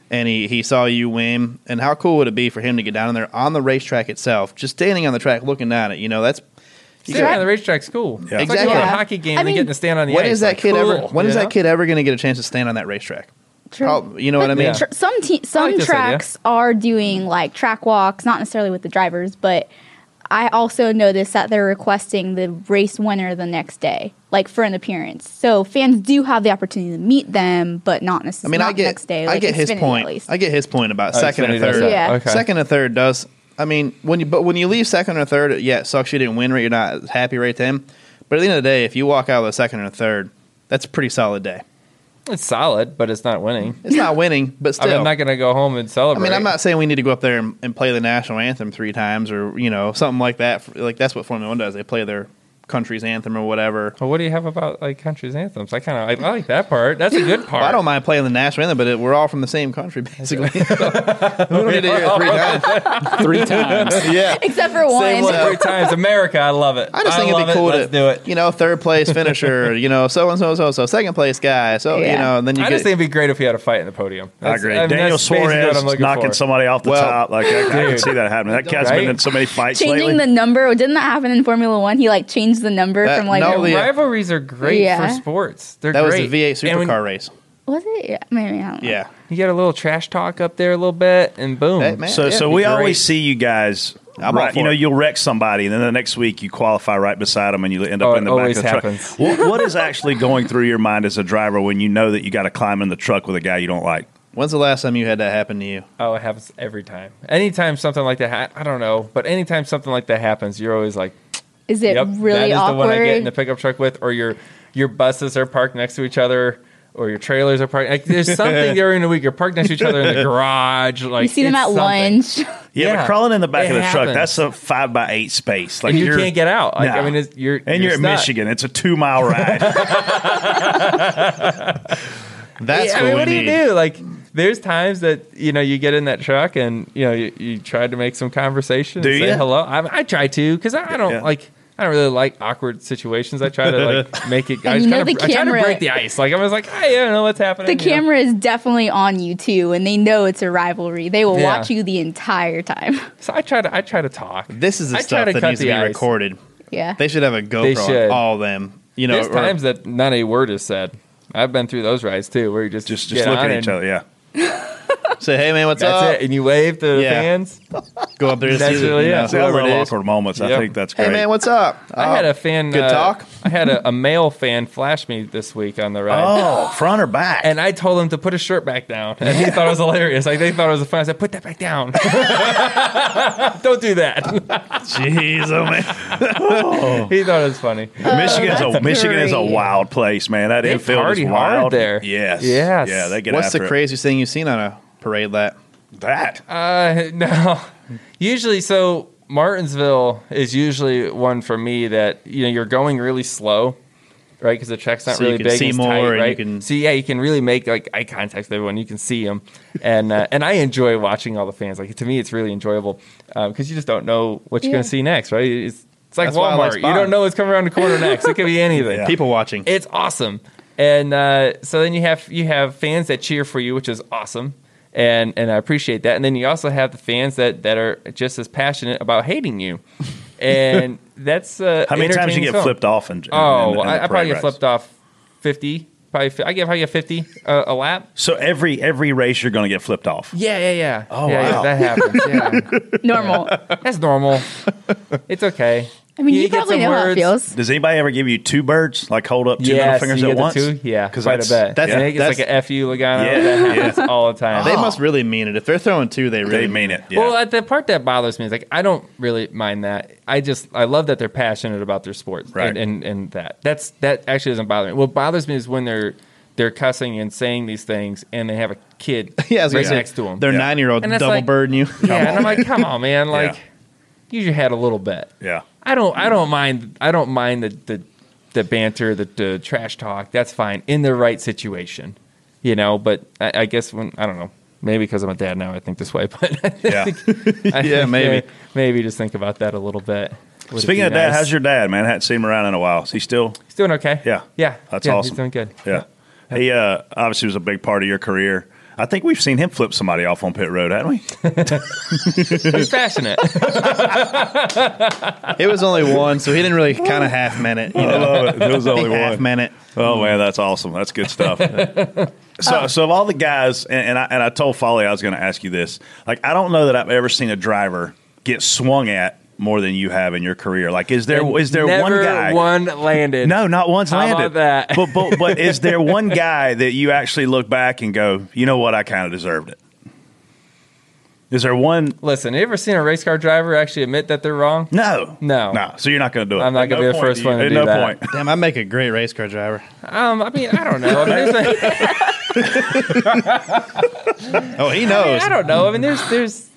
Speaker 2: and he he saw you win. And how cool would it be for him to get down there on the racetrack itself, just standing on the track looking down at it? You know, that's you
Speaker 3: yeah,
Speaker 2: got-
Speaker 3: the racetrack's cool.
Speaker 4: Yeah.
Speaker 3: It's like going to a
Speaker 5: Exactly.
Speaker 3: hockey game
Speaker 5: I
Speaker 3: and
Speaker 5: mean,
Speaker 3: getting to stand on the
Speaker 2: when
Speaker 3: ice.
Speaker 2: is that
Speaker 3: Like,
Speaker 2: kid ever?
Speaker 3: cool,
Speaker 2: When
Speaker 3: you
Speaker 2: is
Speaker 3: know?
Speaker 2: that kid ever going to get a chance to stand on that racetrack?
Speaker 5: True.
Speaker 2: Prob- you know what I
Speaker 5: But
Speaker 2: mean?
Speaker 5: tr- some te- some
Speaker 3: this idea.
Speaker 5: tracks are doing like track walks, not necessarily with the drivers, but I also noticed that they're requesting the race winner the next day, like for an appearance. So fans do have the opportunity to meet them, but not
Speaker 2: I
Speaker 5: necessarily
Speaker 2: mean, I
Speaker 5: not
Speaker 2: get,
Speaker 5: next day.
Speaker 2: I
Speaker 5: like
Speaker 2: get his
Speaker 5: Xfinity,
Speaker 2: point.
Speaker 5: At least.
Speaker 2: I get his point about
Speaker 3: Oh,
Speaker 2: second and
Speaker 3: Xfinity does
Speaker 2: third.
Speaker 3: that.
Speaker 5: Yeah.
Speaker 3: Okay.
Speaker 2: Second and third does. I mean, when you but when you leave second or third, yeah, it sucks you didn't win. Right, you're not happy right then. But at the end of the day, if you walk out with a second or third, that's a pretty solid day.
Speaker 3: It's solid, but it's not winning.
Speaker 2: It's not winning, but
Speaker 3: I
Speaker 2: still.
Speaker 3: mean, I'm not going to go home and
Speaker 2: I
Speaker 3: celebrate.
Speaker 2: mean, I'm not saying we need to go up there and, and play the national anthem three times or you know something like that. Like that's what Formula One does. They play their country's anthem or whatever.
Speaker 3: Well, what do you have about like country's anthems? I kind of I, I like that part. That's a good part.
Speaker 2: Well, I don't mind playing the national anthem, but it, we're all from the same country, basically. we don't need to hear it three times.
Speaker 6: Three times.
Speaker 2: Yeah.
Speaker 5: Except for
Speaker 3: Say
Speaker 5: one.
Speaker 3: one three times. America, I love it.
Speaker 2: I just think it'd
Speaker 3: love
Speaker 2: be
Speaker 3: it.
Speaker 2: cool
Speaker 3: Let's
Speaker 2: to
Speaker 3: do it.
Speaker 2: You know, third place finisher. you know, so and so, so so second place guy. So you
Speaker 5: Yeah.
Speaker 2: know, and then you
Speaker 3: I
Speaker 2: get
Speaker 3: just think it'd be great if we had a fight in the podium.
Speaker 4: I
Speaker 3: That's-
Speaker 4: agree.
Speaker 3: mean,
Speaker 4: Daniel
Speaker 3: that's basically what
Speaker 4: Suarez
Speaker 3: I'm looking
Speaker 4: knocking
Speaker 3: for.
Speaker 4: somebody off the
Speaker 2: Well,
Speaker 4: top. Like I, I can see that happening. That guy's
Speaker 3: Right?
Speaker 4: been in so many fights
Speaker 5: Changing
Speaker 4: lately.
Speaker 5: the number. Didn't that happen in Formula One? He like changed the number
Speaker 2: That-
Speaker 5: from like.
Speaker 2: no, the-
Speaker 3: Rivalries are great
Speaker 5: Yeah.
Speaker 3: for sports. They're
Speaker 2: that was
Speaker 3: great.
Speaker 2: the V8
Speaker 3: And when
Speaker 2: supercar race.
Speaker 5: was it? Yeah, maybe I don't know.
Speaker 2: Yeah.
Speaker 3: You get a little trash talk up there a little bit, and boom.
Speaker 2: Hey, man.
Speaker 4: so
Speaker 2: Yeah,
Speaker 4: so
Speaker 2: it'd be
Speaker 4: we
Speaker 2: great.
Speaker 4: always see you guys.
Speaker 2: I'm all
Speaker 4: Right,
Speaker 2: for
Speaker 4: you know,
Speaker 2: it.
Speaker 4: you'll wreck somebody, and then the next week you qualify right beside them, and you end
Speaker 3: Oh,
Speaker 4: up
Speaker 3: it
Speaker 4: in the back of
Speaker 3: always
Speaker 4: the truck.
Speaker 3: happens.
Speaker 4: What, what is actually going through your mind as a driver when you know that you got to climb in the truck with a guy you don't like?
Speaker 2: When's the last time you had that happen to you?
Speaker 3: Oh, it happens every time. Anytime something like that, ha- I don't know, but anytime something like that happens, you're always like,
Speaker 5: Is it
Speaker 3: "Yep, that
Speaker 5: really
Speaker 3: is the one I get in the
Speaker 5: awkward?
Speaker 3: pickup truck with," or your your buses are parked next to each other, or your trailers are parked. Like, there's something during the week you're parked next to each other in the garage. Like
Speaker 5: You see them
Speaker 3: it's
Speaker 5: at
Speaker 3: something.
Speaker 5: lunch.
Speaker 4: Yeah,
Speaker 3: Yeah,
Speaker 4: but crawling in the back
Speaker 3: it
Speaker 4: of the truck,
Speaker 3: happens.
Speaker 4: that's a five by eight space. Like
Speaker 3: and you
Speaker 4: you're-
Speaker 3: can't get out. Like,
Speaker 4: Nah.
Speaker 3: I mean, it's, you're
Speaker 4: and you're, at
Speaker 3: stuck.
Speaker 4: Michigan. It's a two mile ride.
Speaker 2: That's
Speaker 3: Yeah,
Speaker 2: what
Speaker 3: I mean,
Speaker 2: we
Speaker 3: what do you
Speaker 2: need.
Speaker 3: do? Like, there's times that you know you get in that truck and you know you, you try to make some conversation.
Speaker 4: Do
Speaker 3: and say
Speaker 4: ya?
Speaker 3: hello? I, I try to because I, I don't
Speaker 4: Yeah.
Speaker 3: like. I don't really like awkward situations. I try to like make it. I,
Speaker 5: And
Speaker 3: just
Speaker 5: you know
Speaker 3: kinda-
Speaker 5: the
Speaker 3: I try to
Speaker 5: camera-
Speaker 3: break the ice. Like I was like, hey, I don't know what's happening.
Speaker 5: The
Speaker 3: you know?
Speaker 5: camera is definitely on you too, and they know it's a rivalry. They will
Speaker 3: Yeah.
Speaker 5: watch you the entire time.
Speaker 3: So I try to. I try to talk.
Speaker 2: This is the
Speaker 3: I try
Speaker 2: stuff
Speaker 3: to
Speaker 2: that
Speaker 3: cut
Speaker 2: needs to
Speaker 3: the
Speaker 2: be
Speaker 3: ice.
Speaker 2: recorded.
Speaker 5: Yeah.
Speaker 2: They should have a GoPro
Speaker 3: should.
Speaker 2: on all of them. You know,
Speaker 3: There's
Speaker 2: or-
Speaker 3: times that not a word is said. I've been through those rides too, where you just
Speaker 4: just
Speaker 3: get
Speaker 4: just look
Speaker 3: on
Speaker 4: at
Speaker 3: and
Speaker 4: each other. Yeah.
Speaker 2: say, "Hey, man, what's
Speaker 3: That's
Speaker 2: up?"
Speaker 3: it, and you wave to the
Speaker 2: Yeah.
Speaker 3: fans.
Speaker 2: Go up there and
Speaker 3: That's
Speaker 2: see the-
Speaker 3: really
Speaker 2: you
Speaker 3: it.
Speaker 2: know,
Speaker 4: See, I
Speaker 2: whoever
Speaker 4: love
Speaker 2: it is.
Speaker 4: awkward moments.
Speaker 3: Yep.
Speaker 4: I think that's great.
Speaker 2: Hey, man, what's up? Oh,
Speaker 3: I had a fan.
Speaker 2: Good
Speaker 3: uh,
Speaker 2: talk.
Speaker 3: I had a, a male fan flash me this week on the ride.
Speaker 4: oh, front or back?
Speaker 3: And I told him to put his shirt back down. And he thought it was hilarious. Like they thought it was funny. I said, put that back down. Don't do that.
Speaker 4: Jeez, oh man.
Speaker 3: He thought it was funny.
Speaker 4: Michigan is a
Speaker 5: that's
Speaker 4: Michigan is a
Speaker 5: great.
Speaker 4: wild place, man. That
Speaker 3: They
Speaker 4: infield
Speaker 3: party
Speaker 4: is
Speaker 3: hard
Speaker 4: wild
Speaker 3: there.
Speaker 4: Yes,
Speaker 3: Yes.
Speaker 4: yeah. They get
Speaker 2: What's
Speaker 4: after
Speaker 2: the
Speaker 4: it.
Speaker 2: craziest thing you've seen on a parade lap?
Speaker 4: that.
Speaker 3: Uh, no. Usually, so Martinsville is usually one for me that you know you're going really slow, right? Because the track's not
Speaker 2: So you
Speaker 3: really
Speaker 2: can
Speaker 3: big. and
Speaker 2: see
Speaker 3: it's
Speaker 2: more
Speaker 3: tight,
Speaker 2: and you
Speaker 3: right?
Speaker 2: can-
Speaker 3: so yeah, you can really make like eye contact with everyone. You can see them, and uh, and I enjoy watching all the fans. Like to me, it's really enjoyable because you just don't know what you're
Speaker 5: Yeah.
Speaker 3: gonna see next, right? It's, it's like
Speaker 2: That's why I
Speaker 3: Walmart.
Speaker 2: like
Speaker 3: you don't
Speaker 2: Spawn.
Speaker 3: know what's coming around the corner next. It could be anything.
Speaker 4: Yeah.
Speaker 2: People watching.
Speaker 3: It's awesome. And uh, so then you have you have fans that cheer for you, which is awesome. And and I appreciate that. And then you also have the fans that that are just as passionate about hating you. And that's uh,
Speaker 4: How many times you
Speaker 3: entertaining
Speaker 4: get
Speaker 3: as well.
Speaker 4: flipped off? And
Speaker 3: Oh, I, I probably get flipped off fifty. Probably fi- I get probably get fifty uh, a lap.
Speaker 4: So every every race you're going to get flipped off.
Speaker 3: Yeah, yeah, yeah.
Speaker 4: Oh,
Speaker 3: yeah,
Speaker 4: wow.
Speaker 3: yeah, that happens. Yeah,
Speaker 5: Normal.
Speaker 3: that's normal. It's okay.
Speaker 5: I mean, you,
Speaker 3: get
Speaker 5: probably
Speaker 3: some
Speaker 5: know how it
Speaker 3: words.
Speaker 5: feels.
Speaker 4: Does anybody ever give you two birds? Like hold up two
Speaker 3: Yes,
Speaker 4: middle fingers
Speaker 3: you
Speaker 4: at
Speaker 3: get the
Speaker 4: once?
Speaker 3: two? Yeah,
Speaker 4: because
Speaker 3: quite a bit.
Speaker 4: That's,
Speaker 3: That's,
Speaker 4: yeah,
Speaker 3: I think it's
Speaker 2: that's-
Speaker 3: like a fu Logano.
Speaker 4: Yeah,
Speaker 3: That
Speaker 4: yeah.
Speaker 3: happens all the time. Oh,
Speaker 2: They must really mean it. If they're throwing two, they really
Speaker 4: they mean it. Yeah.
Speaker 3: Well, uh, the part that bothers me is like I don't really mind that. I just I love that they're passionate about their sports
Speaker 4: Right.
Speaker 3: and, and and that that's that actually doesn't bother me. What bothers me is when they're they're cussing and saying these things and they have a kid
Speaker 2: Yeah, I was
Speaker 3: right
Speaker 2: gonna say,
Speaker 3: next to them.
Speaker 2: Their
Speaker 4: Yeah.
Speaker 2: nine year old
Speaker 3: And it's
Speaker 2: double
Speaker 3: like-
Speaker 2: burden you.
Speaker 3: yeah, and I'm like, come on, man, like
Speaker 4: Yeah.
Speaker 3: use your head a little bit.
Speaker 4: yeah.
Speaker 3: I don't I don't mind I don't mind the the, the banter the, the trash talk that's fine in the right situation you know but I, I guess when I don't know maybe because I'm a dad now I think this way but I
Speaker 4: Yeah.
Speaker 3: think- I
Speaker 2: Yeah,
Speaker 3: think,
Speaker 2: maybe.
Speaker 3: uh, maybe just think about that a little bit Would it
Speaker 4: Speaking
Speaker 3: be
Speaker 4: of dad,
Speaker 3: nice?
Speaker 4: how's your dad, man? I hadn't seen him around in a while. Is he still?
Speaker 3: he's doing okay
Speaker 4: Yeah.
Speaker 3: yeah
Speaker 4: That's
Speaker 3: yeah,
Speaker 4: awesome.
Speaker 3: he's doing good
Speaker 4: Yeah. He uh, obviously was a big part of your career. I think we've seen him flip somebody off on pit road, haven't we?
Speaker 3: he's passionate
Speaker 2: it was only one, so he didn't really kind of half man it. You know?
Speaker 4: love it. There was
Speaker 2: He half man it.
Speaker 4: Oh man, that's awesome. That's good stuff. so, so of all the guys, and, and I and I told Folly I was going to ask you this. Like, I don't know that I've ever seen a driver get swung at more than you have in your career. Like, is there is there one
Speaker 3: Never
Speaker 4: guy?
Speaker 3: one landed
Speaker 4: no, not one's
Speaker 3: How
Speaker 4: landed.
Speaker 3: about that?
Speaker 4: but but but is there one guy that you actually look back and go, you know what, I kind of deserved it? Is there one?
Speaker 3: listen you ever seen a race car driver actually admit that they're wrong
Speaker 4: No,
Speaker 3: No.
Speaker 4: no. So you're not going to do it.
Speaker 3: I'm not
Speaker 4: At
Speaker 3: gonna
Speaker 4: no
Speaker 3: be the
Speaker 4: point
Speaker 3: first
Speaker 4: do you-
Speaker 3: one to
Speaker 4: at
Speaker 3: do
Speaker 4: no
Speaker 3: that.
Speaker 4: point.
Speaker 2: Damn, I make a great race car driver.
Speaker 3: um I mean I don't know I mean, there's a-
Speaker 2: Oh, he
Speaker 3: I, mean,
Speaker 2: knows.
Speaker 3: I don't know. I mean, there's, there's.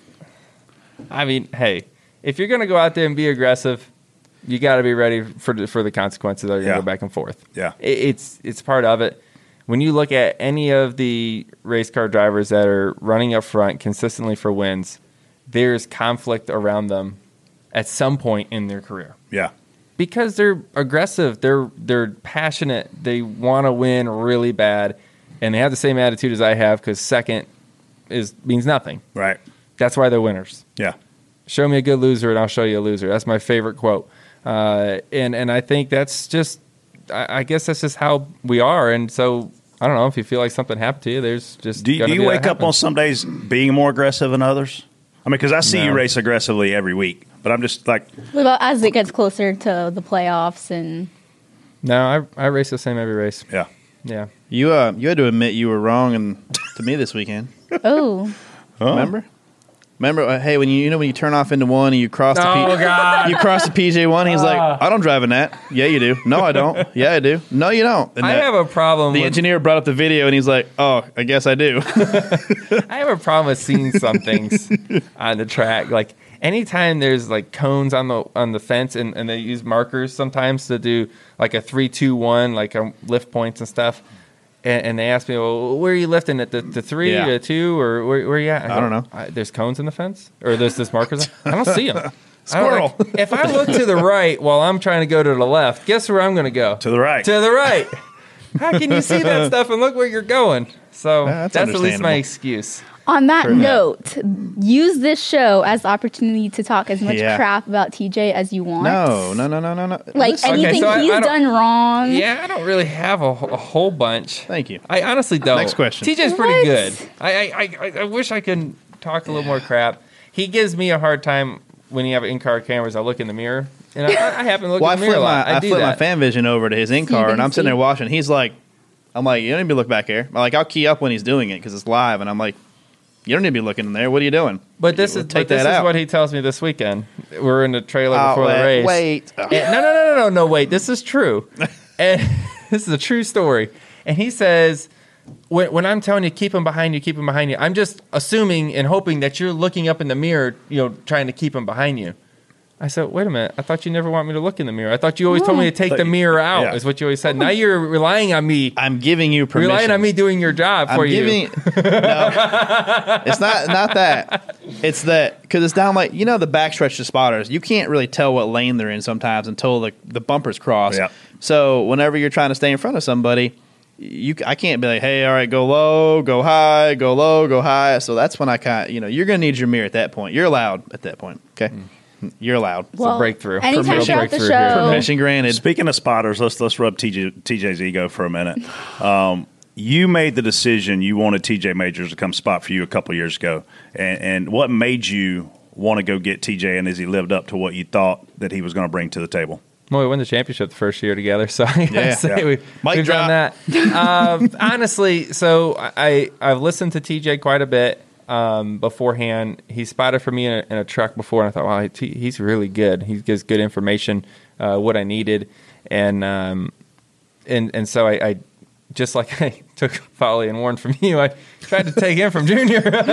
Speaker 3: I mean, hey, if you're gonna go out there and be aggressive, you got to be ready for the, for the consequences. That are going to
Speaker 4: Yeah.
Speaker 3: go back and forth.
Speaker 4: Yeah.
Speaker 3: it, it's it's part of it. When you look at any of the race car drivers that are running up front consistently for wins, there's conflict around them at some point in their career
Speaker 4: Yeah.
Speaker 3: because they're aggressive, they're they're passionate, they want to win really bad, and they have the same attitude as I have because second is means nothing.
Speaker 4: Right.
Speaker 3: That's why they're winners.
Speaker 4: Yeah.
Speaker 3: Show me a good loser, and I'll show you a loser. That's my favorite quote, uh, and and I think that's just, I, I guess that's just how we are. And so I don't know if you feel like something happened to you. There's just
Speaker 4: Do you,
Speaker 3: gonna
Speaker 4: do you
Speaker 3: be that
Speaker 4: wake up
Speaker 3: happen.
Speaker 4: on some days being more aggressive than others? I mean, because I see you
Speaker 3: No.
Speaker 4: race aggressively every week, but I'm just like,
Speaker 5: What about as it gets closer to the playoffs and
Speaker 3: No, I I race the same every race.
Speaker 4: yeah,
Speaker 3: Yeah,
Speaker 2: You uh, you had to admit you were wrong and to me this weekend.
Speaker 5: oh
Speaker 2: Remember? Remember? Uh, hey, when you you know when you turn off into one and you cross the
Speaker 3: Oh,
Speaker 2: P- you cross the PJ one, he's
Speaker 3: Uh.
Speaker 2: like, I don't drive in that. Yeah, you do. No, I don't. Yeah, I do. No, you don't. And
Speaker 3: I
Speaker 2: that-
Speaker 3: have a problem.
Speaker 2: the
Speaker 3: with
Speaker 2: engineer brought up the video and he's like, "Oh, I guess I do."
Speaker 3: I have a problem with seeing some things on the track. Like anytime there's like cones on the on the fence, and, and they use markers sometimes to do like a three, two, one, like um, lift points and stuff. And, and they ask me, "Well, where are you lifting at the, the three,
Speaker 2: Yeah.
Speaker 3: the two, or where, where are you at?"
Speaker 2: I don't know.
Speaker 3: there's cones in the fence, or there's this markers. on- I don't see them.
Speaker 2: Squirrel.
Speaker 3: if I look to the right while I'm trying to go to the left, guess where I'm going to go?
Speaker 4: to the right.
Speaker 3: to the right. How can you see that stuff and look where you're going? So
Speaker 2: Yeah, that's
Speaker 3: that's, at least my
Speaker 2: understandable.
Speaker 3: excuse.
Speaker 5: On that
Speaker 2: Fair enough.
Speaker 5: note, use this show as the opportunity to talk as much
Speaker 2: Yeah.
Speaker 5: crap about TJ as you want.
Speaker 2: no, no, no, no, no, no.
Speaker 5: Like
Speaker 2: Listen,
Speaker 3: Okay,
Speaker 5: anything
Speaker 3: so I-
Speaker 5: he's
Speaker 3: I don't-
Speaker 5: done wrong.
Speaker 3: Yeah, I don't really have a, wh- a whole bunch.
Speaker 2: Thank you.
Speaker 3: I honestly don't.
Speaker 2: Next question.
Speaker 3: TJ's pretty
Speaker 5: What?
Speaker 3: good. I, I, I, I wish I could talk a little more crap. He gives me a hard time when you have in-car cameras. I look in the mirror, and I, I happen to look
Speaker 2: Well, I
Speaker 3: in the mirror
Speaker 2: flip
Speaker 3: a lot.
Speaker 2: my I,
Speaker 3: do
Speaker 2: flip my
Speaker 3: that.
Speaker 2: fan vision over to his in
Speaker 5: So you
Speaker 2: car
Speaker 5: can
Speaker 2: and I'm sitting
Speaker 5: see.
Speaker 2: there watching. He's like, "I'm like, you don't need to be looking back here." I'm like I'll key up when he's doing it because it's live, and I'm like, "You don't need to be looking in there. What are you doing?"
Speaker 3: But this
Speaker 2: We'll
Speaker 3: is but this is what he tells me this weekend. We're in the trailer
Speaker 2: Oh,
Speaker 3: before
Speaker 2: wait,
Speaker 3: the race.
Speaker 2: wait. Oh.
Speaker 3: Yeah, no, no, no, no, no, no. Wait, this is true, and this is a true story. And he says, when, when I'm telling you, keep him behind you, keep him behind you. I'm just assuming and hoping that you're looking up in the mirror, you know, trying to keep him behind you. I said, wait a minute. I thought you never want me to look in the mirror. I thought you always told me to take the mirror out.
Speaker 4: Yeah.
Speaker 3: Is what you always said. Now you're relying on me.
Speaker 2: I'm giving you permission.
Speaker 3: Relying on me doing your job for
Speaker 2: I'm
Speaker 3: you.
Speaker 2: giving. no, it's not not that. It's that because it's down like you know the backstretch to spotters. You can't really tell what lane they're in sometimes until the the bumpers cross.
Speaker 4: Yeah.
Speaker 2: So whenever you're trying to stay in front of somebody, you I can't be like, hey, all right, go low, go high, go low, go high. So that's when I kind of you know you're gonna need your mirror at that point. You're allowed at that point. Okay,
Speaker 3: Mm.
Speaker 2: you're allowed.
Speaker 5: Well,
Speaker 3: breakthrough.
Speaker 5: Anytime
Speaker 3: Permission
Speaker 5: you're at the
Speaker 3: breakthrough here.
Speaker 5: show,
Speaker 2: Permission granted.
Speaker 4: Speaking of spotters, let's let's rub TJ, TJ's ego for a minute. Um, you made the decision you wanted TJ Majors to come spot for you a couple years ago, and, and what made you want to go get TJ? And has he lived up to what you thought that he was going to bring to the table?
Speaker 3: Well, we won the championship the first year together, so I gotta
Speaker 2: Yeah.
Speaker 3: say
Speaker 4: Yeah.
Speaker 3: we,
Speaker 2: Mic
Speaker 3: we've
Speaker 2: drop.
Speaker 3: done that. um, honestly, so I I've listened to TJ quite a bit um, beforehand. He spotted for me in a, in a truck before, and I thought, wow, he, he's really good. He gives good information, uh, what I needed, and um, and and so I. I just like I took Folly and Warren from you, I tried to take him from Junior.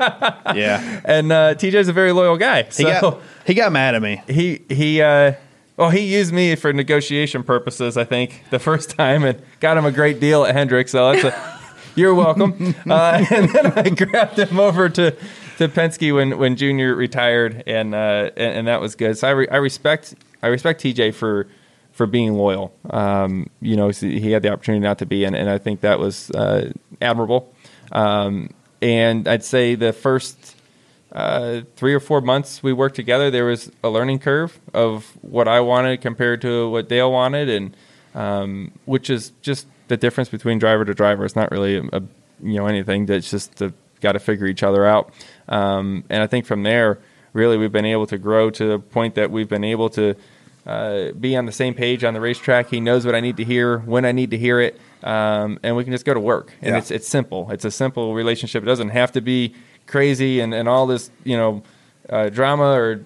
Speaker 2: yeah,
Speaker 3: And uh, TJ's a very loyal guy.
Speaker 2: he
Speaker 3: So
Speaker 2: got he got mad at me.
Speaker 3: he he uh well he used me for negotiation purposes i think the first time and got him a great deal at hendrix so that's a, you're welcome uh, and then i grabbed him over to to penske when when junior retired and uh and, and that was good so i re- i respect i respect tj for for being loyal um you know he had the opportunity not to be and, and i think that was uh admirable um and i'd say the first uh, three or four months we worked together, there was a learning curve of what I wanted compared to what Dale wanted, and um, which is just the difference between driver to driver. It's not really a, a- you know anything. That's just the, got to figure each other out. Um, and I think from there, really, we've been able to grow to the point that we've been able to uh, be on the same page on the racetrack. He knows what I need to hear when I need to hear it, um, and we can just go to work. And
Speaker 4: Yeah.
Speaker 3: it's it's simple. It's a simple relationship. It doesn't have to be crazy and, and all this you know uh, drama or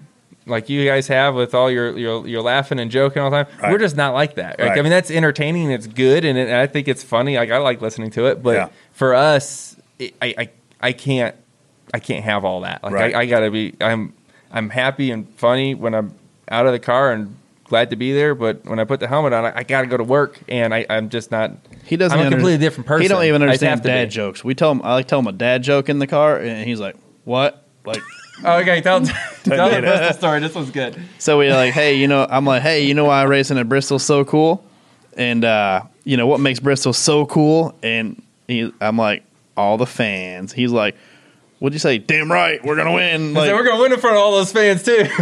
Speaker 3: like you guys have with all your your, your laughing and joking all the time.
Speaker 4: Right.
Speaker 3: We're just not like that. Like, I
Speaker 4: Right.
Speaker 3: mean, that's entertaining. and It's good, and, it, and I think it's funny. Like I like listening to it, but
Speaker 4: Yeah.
Speaker 3: for us, it, I, I I can't I can't have all that. Like
Speaker 4: Right.
Speaker 3: I, I gotta be. I'm I'm happy and funny when I'm out of the car and glad to be there. But when I put the helmet on, I, I got to go to work, and I, I'm just not.
Speaker 2: He doesn't.
Speaker 3: I'm a
Speaker 2: under-
Speaker 3: completely different person.
Speaker 2: He don't even
Speaker 3: I just have
Speaker 2: understand
Speaker 3: to
Speaker 2: dad
Speaker 3: be.
Speaker 2: jokes. We tell him. I like tell him a dad joke in the car, and he's like, "What?" Like,
Speaker 3: Oh, okay, tell tell the rest of the story. This one's good.
Speaker 2: so we like, "Hey, you know," I'm like, "Hey, you know why racing at Bristol's so cool?" And uh, you know what makes Bristol so cool? And he, I'm like, "All the fans." He's like, "What'd you say?" Damn right, we're gonna win.
Speaker 3: So
Speaker 2: Like,
Speaker 3: we're gonna win in front of all those fans too.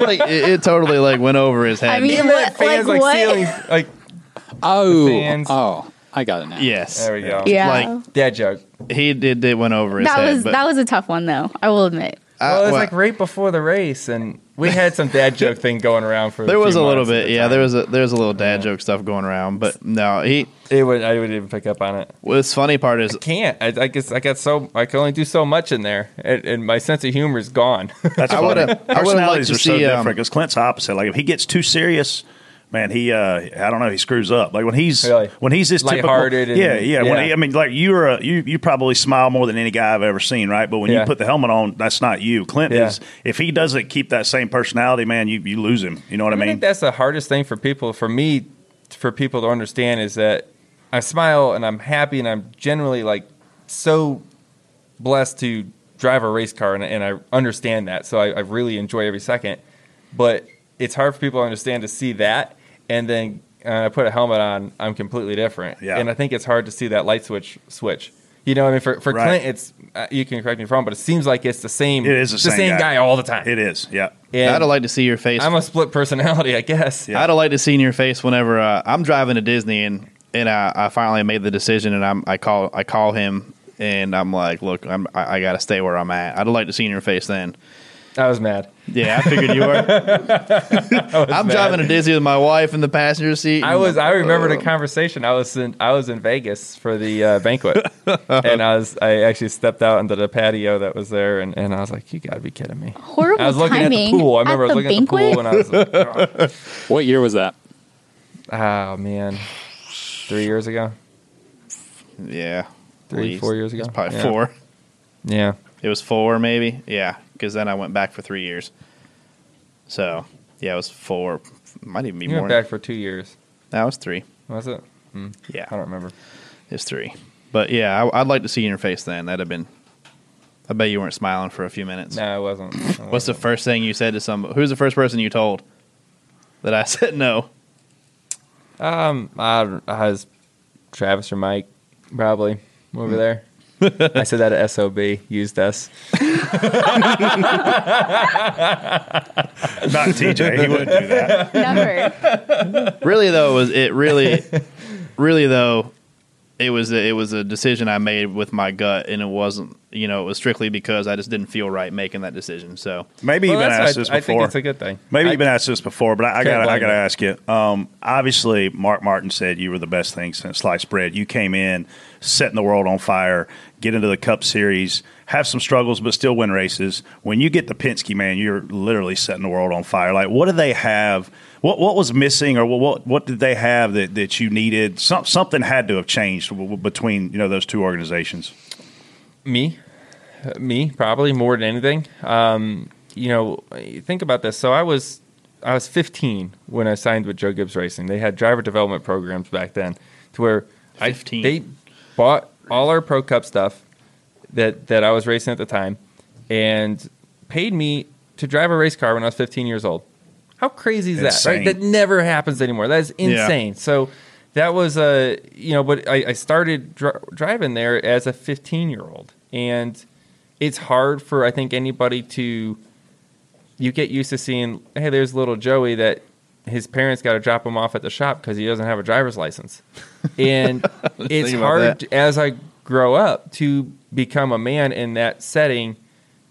Speaker 2: like it, it totally like went over his head.
Speaker 5: I mean,
Speaker 3: Like,
Speaker 5: what,
Speaker 3: fans like,
Speaker 5: like, what?
Speaker 3: ceilings. Like
Speaker 6: Oh,
Speaker 3: fans.
Speaker 6: oh, I got it now.
Speaker 2: yes,
Speaker 3: there we go.
Speaker 5: Yeah,
Speaker 2: Like,
Speaker 3: Dad joke.
Speaker 2: he did. It went over his
Speaker 5: that
Speaker 2: head.
Speaker 5: was
Speaker 2: but
Speaker 5: that was a tough one though. I will admit.
Speaker 2: I-
Speaker 3: Well, it was
Speaker 2: well,
Speaker 3: like right before the race, and we had some dad joke thing going around for.
Speaker 2: there was
Speaker 3: few
Speaker 2: a little
Speaker 3: months at
Speaker 2: bit.
Speaker 3: the
Speaker 2: Yeah,
Speaker 3: time.
Speaker 2: there was a there was a little dad joke stuff going around, but no, he.
Speaker 3: It would. I wouldn't even pick up on it.
Speaker 2: What's funny part is
Speaker 3: Can't. I, I guess I got so. I can only do so much in there, and, and my sense of humor is gone.
Speaker 4: That's
Speaker 2: I
Speaker 4: funny.
Speaker 2: would've- I would've
Speaker 4: Personalities
Speaker 2: liked to
Speaker 4: are so
Speaker 2: see, um,
Speaker 4: different because Clint's opposite. Like if he gets too serious, man, he uh, I don't know, he screws up. Like when he's
Speaker 3: Really?
Speaker 4: when he's this typical,
Speaker 3: Lighthearted and-
Speaker 4: yeah, yeah.
Speaker 3: yeah.
Speaker 4: When he, I mean, like you're a, you you probably smile more than any guy I've ever seen, right? But when
Speaker 3: Yeah.
Speaker 4: you put the helmet on, that's not you. Clint
Speaker 3: Yeah.
Speaker 4: is. If he doesn't keep that same personality, man, you you lose him. You know what I
Speaker 3: I
Speaker 4: mean?
Speaker 3: think that's the hardest thing for people, for me, for people to understand is that I smile and I'm happy and I'm generally like so blessed to drive a race car and, and I understand that. So I, I really enjoy every second. But it's hard for people to understand to see that and then uh, I put a helmet on, I'm completely different.
Speaker 4: Yeah.
Speaker 3: And I think it's hard to see that light switch switch. You know, what I mean, for, for
Speaker 4: Right.
Speaker 3: Clint, it's uh, you can correct me if I'm wrong, but it seems like it's the same.
Speaker 4: It is the same
Speaker 3: guy.
Speaker 4: guy.
Speaker 3: all the time.
Speaker 4: it is. Yeah.
Speaker 3: And
Speaker 2: I'd have liked to see your face.
Speaker 3: I'm a split personality, I guess.
Speaker 2: I'd have liked to see in your face whenever uh, I'm driving to Disney and and I, I finally made the decision and I'm I call I call him and I'm like, look, I'm I, I got to stay where I'm at. I'd have liked to see in your face then.
Speaker 3: I was mad.
Speaker 2: Yeah, I figured you were. I'm
Speaker 3: mad.
Speaker 2: driving to Disney with my wife in the passenger seat.
Speaker 3: I
Speaker 2: and-
Speaker 3: was. I remember
Speaker 4: Oh.
Speaker 3: the conversation. I was in. I was in Vegas for the uh, banquet, and I was. I actually stepped out into the patio that was there, and, and I was like, "You got to be kidding me."
Speaker 5: Horrible
Speaker 3: I was looking
Speaker 5: timing
Speaker 3: at the pool. I remember I
Speaker 5: at
Speaker 3: was
Speaker 5: the
Speaker 3: looking
Speaker 5: banquet.
Speaker 3: at the pool, and I was like,
Speaker 6: What year was that?
Speaker 3: "Oh man, three years ago,
Speaker 2: yeah,
Speaker 3: three,
Speaker 2: Please.
Speaker 3: four years ago,
Speaker 2: It's probably
Speaker 3: Yeah.
Speaker 2: four.
Speaker 3: Yeah,
Speaker 2: It was four, maybe. Yeah, because then I went back for three years. So yeah, it was four. Might even be
Speaker 3: you
Speaker 2: more.
Speaker 3: went back for two years.
Speaker 2: That was three.
Speaker 3: Was it?
Speaker 2: Yeah,
Speaker 3: I don't remember.
Speaker 2: It's three. But yeah, I, I'd like to see your face then. That'd have been. I bet you weren't smiling for a few minutes.
Speaker 3: No, it wasn't. It
Speaker 2: What's the
Speaker 3: wasn't.
Speaker 2: first thing you said to somebody? Who's the first person you told that I said no?
Speaker 3: Um, I, don't- I was Travis or Mike, probably over there.
Speaker 4: Hmm.
Speaker 3: I said that at SOB. Used us.
Speaker 4: Not TJ. he wouldn't do that.
Speaker 5: Never.
Speaker 2: Really though, it was it really, really though, it was a, it was a decision I made with my gut, and it wasn't you know it was strictly because I just didn't feel right making that decision. So
Speaker 4: Maybe
Speaker 3: Well,
Speaker 4: you've been
Speaker 3: that's-
Speaker 4: asked
Speaker 3: I-
Speaker 4: this
Speaker 3: I think
Speaker 4: before.
Speaker 3: it's a good thing.
Speaker 4: Maybe
Speaker 3: I-
Speaker 4: you've been asked this before, but I, I
Speaker 3: Can't
Speaker 4: got I
Speaker 3: blame
Speaker 4: got to
Speaker 3: you.
Speaker 4: ask you. Um, obviously, Mark Martin said you were the best thing since sliced bread. You came in, setting the world on fire, get into the Cup Series, have some struggles, but still win races. When you get to Penske, man, you're literally setting the world on fire. Like, what do they have? What what was missing, or what what, what did they have that, that you needed? Some, something had to have changed w- w- between you know those two organizations.
Speaker 3: Me, Uh, me, probably more than anything. Um, you know, you think about this. So I was, I was 15 when I signed with Joe Gibbs Racing. They had driver development programs back then, to where I
Speaker 2: 15.
Speaker 3: they bought all our Pro Cup stuff that that I was racing at the time, and paid me to drive a race car when I was 15 years old. How crazy is
Speaker 4: Insane.
Speaker 3: that? Right? That never happens anymore. That is insane. So that was a you know, but I, I started dri driving there as a 15 year old, and it's hard for I think anybody to you get used to seeing hey, there's little Joey that his parents got to drop him off at the shop because he doesn't have a driver's license, and it's
Speaker 2: thinking about
Speaker 3: hard
Speaker 2: that.
Speaker 3: as I grow up to become a man in that setting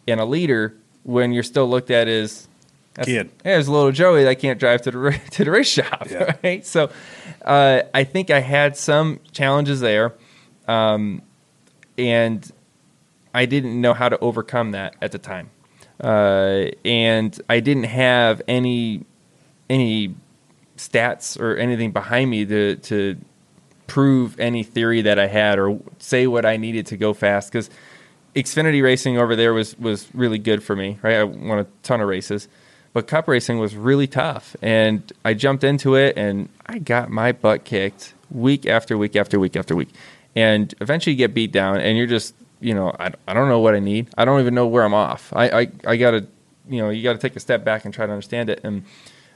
Speaker 3: and a leader when you're still looked at as that's-
Speaker 4: Kid.
Speaker 3: Yeah, there's little Joey that can't drive to the ra- to the race shop,
Speaker 4: Yeah.
Speaker 3: right? So, uh, I think I had some challenges there, um, and I didn't know how to overcome that at the time, uh, and I didn't have any any stats or anything behind me to to prove any theory that I had or say what I needed to go fast because Xfinity racing over there was was really good for me. Right, I won a ton of races, But cup racing was really tough, and I jumped into it, and I got my butt kicked week after week after week after week, and eventually you get beat down, and you're just you know I, I don't know what I need. I don't even know where I'm off. I I, I gotta you know you gotta take a step back and try to understand it, and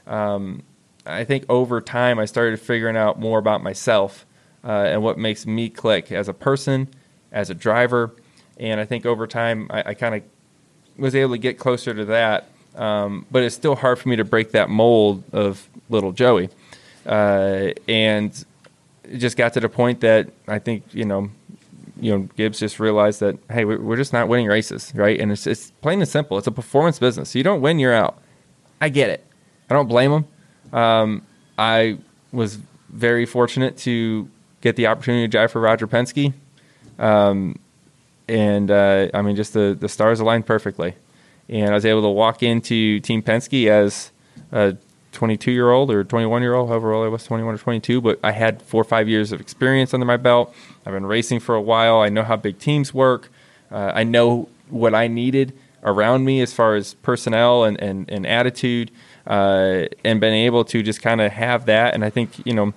Speaker 3: um, I think over time I started figuring out more about myself uh, and what makes me click as a person, as a driver, and I think over time I, I kind of was able to get closer to that. Um, but it's still hard for me to break that mold of little Joey, uh, and it just got to the point that I think you know, you know, Gibbs just realized that hey, we- we're just not winning races, right? And it's it's plain and simple. It's a performance business. You don't win, you're out. I get it. I don't blame him. Um, I was very fortunate to get the opportunity to drive for Roger Penske. Um, and uh, I mean, just the, the stars aligned perfectly. And I was able to walk into Team Penske as a 22 year old or 21 year old, however old I was, 21 or 22. But I had four or five years of experience under my belt. I've been racing for a while. I know how big teams work. Uh, I know what I needed around me as far as personnel and, and, and attitude, uh, and been able to just kind of have that. And I think, you know,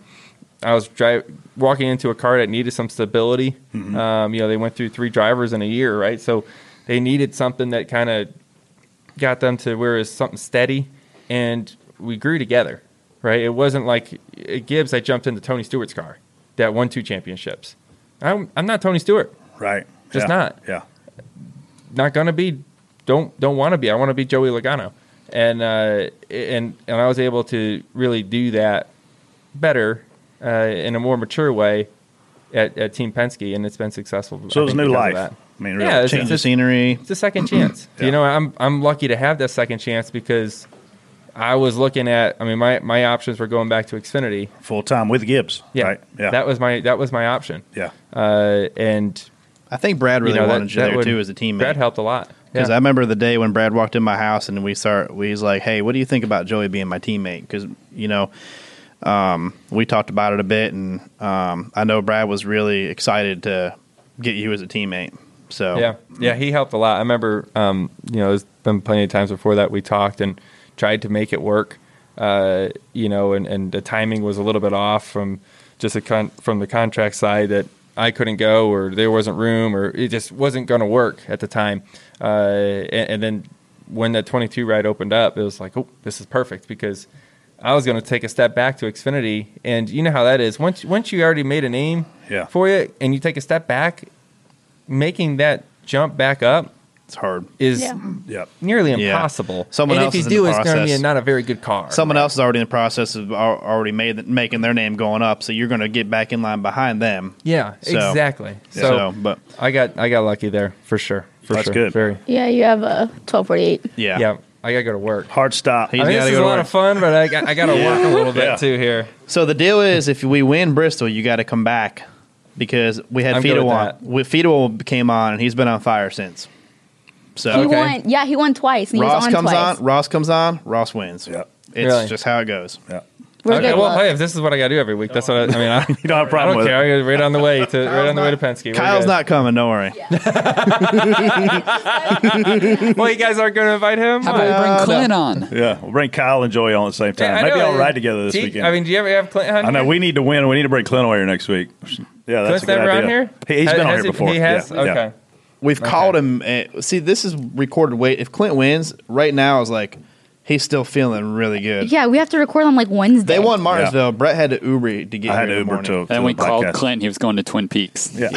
Speaker 3: I was dri- walking into a car that needed some stability. Um, you know, they went through three drivers in a year, right? So they needed something that kind of got them to where it's something steady, and we grew together, right? It wasn't like at Gibbs. I jumped into Tony Stewart's car that won two championships. I'm, I'm not Tony Stewart.
Speaker 4: Right.
Speaker 3: Just
Speaker 4: Yeah.
Speaker 3: not.
Speaker 4: Yeah.
Speaker 3: not gonna be don't don't want to be i want to be joey logano and uh and and i was able to really do that better uh in a more mature way at, at team penske and it's been successful
Speaker 4: So
Speaker 3: I
Speaker 4: it was
Speaker 3: think,
Speaker 4: new
Speaker 3: because
Speaker 4: life.
Speaker 3: of that.
Speaker 4: I mean,
Speaker 3: yeah
Speaker 4: really.
Speaker 3: it's,
Speaker 2: Change
Speaker 3: it's,
Speaker 2: the scenery.
Speaker 3: it's a second chance you know i'm i'm lucky to have that second chance because i was looking at i mean my my options were going back to xfinity
Speaker 4: full time with Gibbs.
Speaker 3: yeah
Speaker 4: Right. Yeah.
Speaker 3: that was my that was my option
Speaker 4: yeah.
Speaker 3: uh and
Speaker 2: I think Brad really
Speaker 3: you know that,
Speaker 2: wanted you
Speaker 3: that
Speaker 2: there
Speaker 3: would-
Speaker 2: too as a teammate.
Speaker 3: brad helped a lot
Speaker 2: Because I remember the day when Brad walked in my house and we start, we was like, "Hey, what do you think about Joey being my teammate?" Because you know, um, we talked about it a bit, and um, I know Brad was really excited to get you as a teammate. So
Speaker 3: Yeah, yeah, he helped a lot. I remember, um, you know, there's been plenty of times before that we talked and tried to make it work. Uh, you know, and, and the timing was a little bit off from just a con- from the contract side that I couldn't go or there wasn't room or it just wasn't going to work at the time. Uh, and, and then when that 22 ride opened up, it was like, oh, this is perfect because I was going to take a step back to Xfinity, and you know how that is. Once once you already made a name
Speaker 4: Yeah.
Speaker 3: for you, and you take a step back, making that jump back up
Speaker 2: it's hard.
Speaker 3: is
Speaker 5: Yeah.
Speaker 4: Yep.
Speaker 3: nearly
Speaker 2: Yeah.
Speaker 3: impossible.
Speaker 2: Someone
Speaker 3: and
Speaker 2: else
Speaker 3: if
Speaker 2: is
Speaker 3: you
Speaker 2: in
Speaker 3: do,
Speaker 2: the
Speaker 3: it's going to be
Speaker 2: process.
Speaker 3: not a very good car.
Speaker 2: Someone else is already in the process of al- already made making their name going up, so you're going to get back in line behind them.
Speaker 3: yeah,
Speaker 2: So-
Speaker 3: exactly. So,
Speaker 2: So, but
Speaker 3: I got I got lucky there for sure. For
Speaker 4: That's
Speaker 3: sure.
Speaker 4: good.
Speaker 3: Very.
Speaker 5: Yeah, you have a 1248.
Speaker 2: yeah,
Speaker 3: Yeah. I got to go to work.
Speaker 4: Hard stop.
Speaker 2: He's
Speaker 3: I mean,
Speaker 2: gotta
Speaker 3: this is
Speaker 2: go
Speaker 3: a
Speaker 2: to
Speaker 3: lot
Speaker 2: work.
Speaker 3: of fun, but I got, I got to work a little bit
Speaker 4: Yeah.
Speaker 3: too here.
Speaker 2: So the deal is, if we win Bristol, you got to come back because we had
Speaker 3: I'm good
Speaker 2: Fido
Speaker 3: with
Speaker 2: on.
Speaker 3: that.
Speaker 2: We, Fido came on, and he's been on fire since.
Speaker 5: He
Speaker 2: So
Speaker 3: Okay.
Speaker 5: won. Yeah, he won twice. And
Speaker 2: Ross
Speaker 5: he was on
Speaker 2: comes
Speaker 5: twice.
Speaker 2: on, Ross comes on, Ross wins.
Speaker 4: Yep.
Speaker 2: It's
Speaker 3: Really?
Speaker 2: just how it goes.
Speaker 4: Yeah.
Speaker 5: We're
Speaker 3: okay,
Speaker 5: good
Speaker 3: well,
Speaker 5: luck.
Speaker 3: hey, if this is what I got to do every week, that's what I, I mean. I,
Speaker 4: You don't have a
Speaker 3: I
Speaker 4: problem
Speaker 3: don't
Speaker 4: with
Speaker 3: care.
Speaker 4: it.
Speaker 3: I got right on the way to right on the way to Penske. We're
Speaker 2: Kyle's
Speaker 3: good.
Speaker 2: not coming. Don't worry.
Speaker 3: Well, you guys aren't going to invite him.
Speaker 6: How about we bring Clint on?
Speaker 4: Yeah. We'll bring Kyle and Joey on at the same time.
Speaker 3: I
Speaker 4: Maybe
Speaker 3: know.
Speaker 4: I'll ride together this
Speaker 3: Do you-
Speaker 4: weekend.
Speaker 3: I mean, do you ever have Clint? on
Speaker 4: I know
Speaker 3: here?
Speaker 4: we need to win. We need to bring Clint on here next week. Yeah, that's
Speaker 3: Clint's
Speaker 4: a good
Speaker 3: never
Speaker 4: idea.
Speaker 3: on here.
Speaker 4: He, has
Speaker 3: Ha-
Speaker 4: been on here
Speaker 3: he-
Speaker 4: before.
Speaker 3: He has.
Speaker 4: Yeah.
Speaker 3: Okay.
Speaker 4: Yeah.
Speaker 2: We've called him. eh, see, this is recorded. Wait, if Clint wins right now, is like he's still feeling really good.
Speaker 5: yeah, we have to record on like Wednesday.
Speaker 2: They won Martinsville. Brett had to Uber to get
Speaker 4: I
Speaker 2: here
Speaker 4: had
Speaker 2: in
Speaker 4: to
Speaker 2: the
Speaker 4: Uber
Speaker 2: morning.
Speaker 4: to, to
Speaker 6: Then
Speaker 4: the
Speaker 6: we called
Speaker 4: podcast.
Speaker 6: Clint. He was going to Twin Peaks.
Speaker 4: Yeah.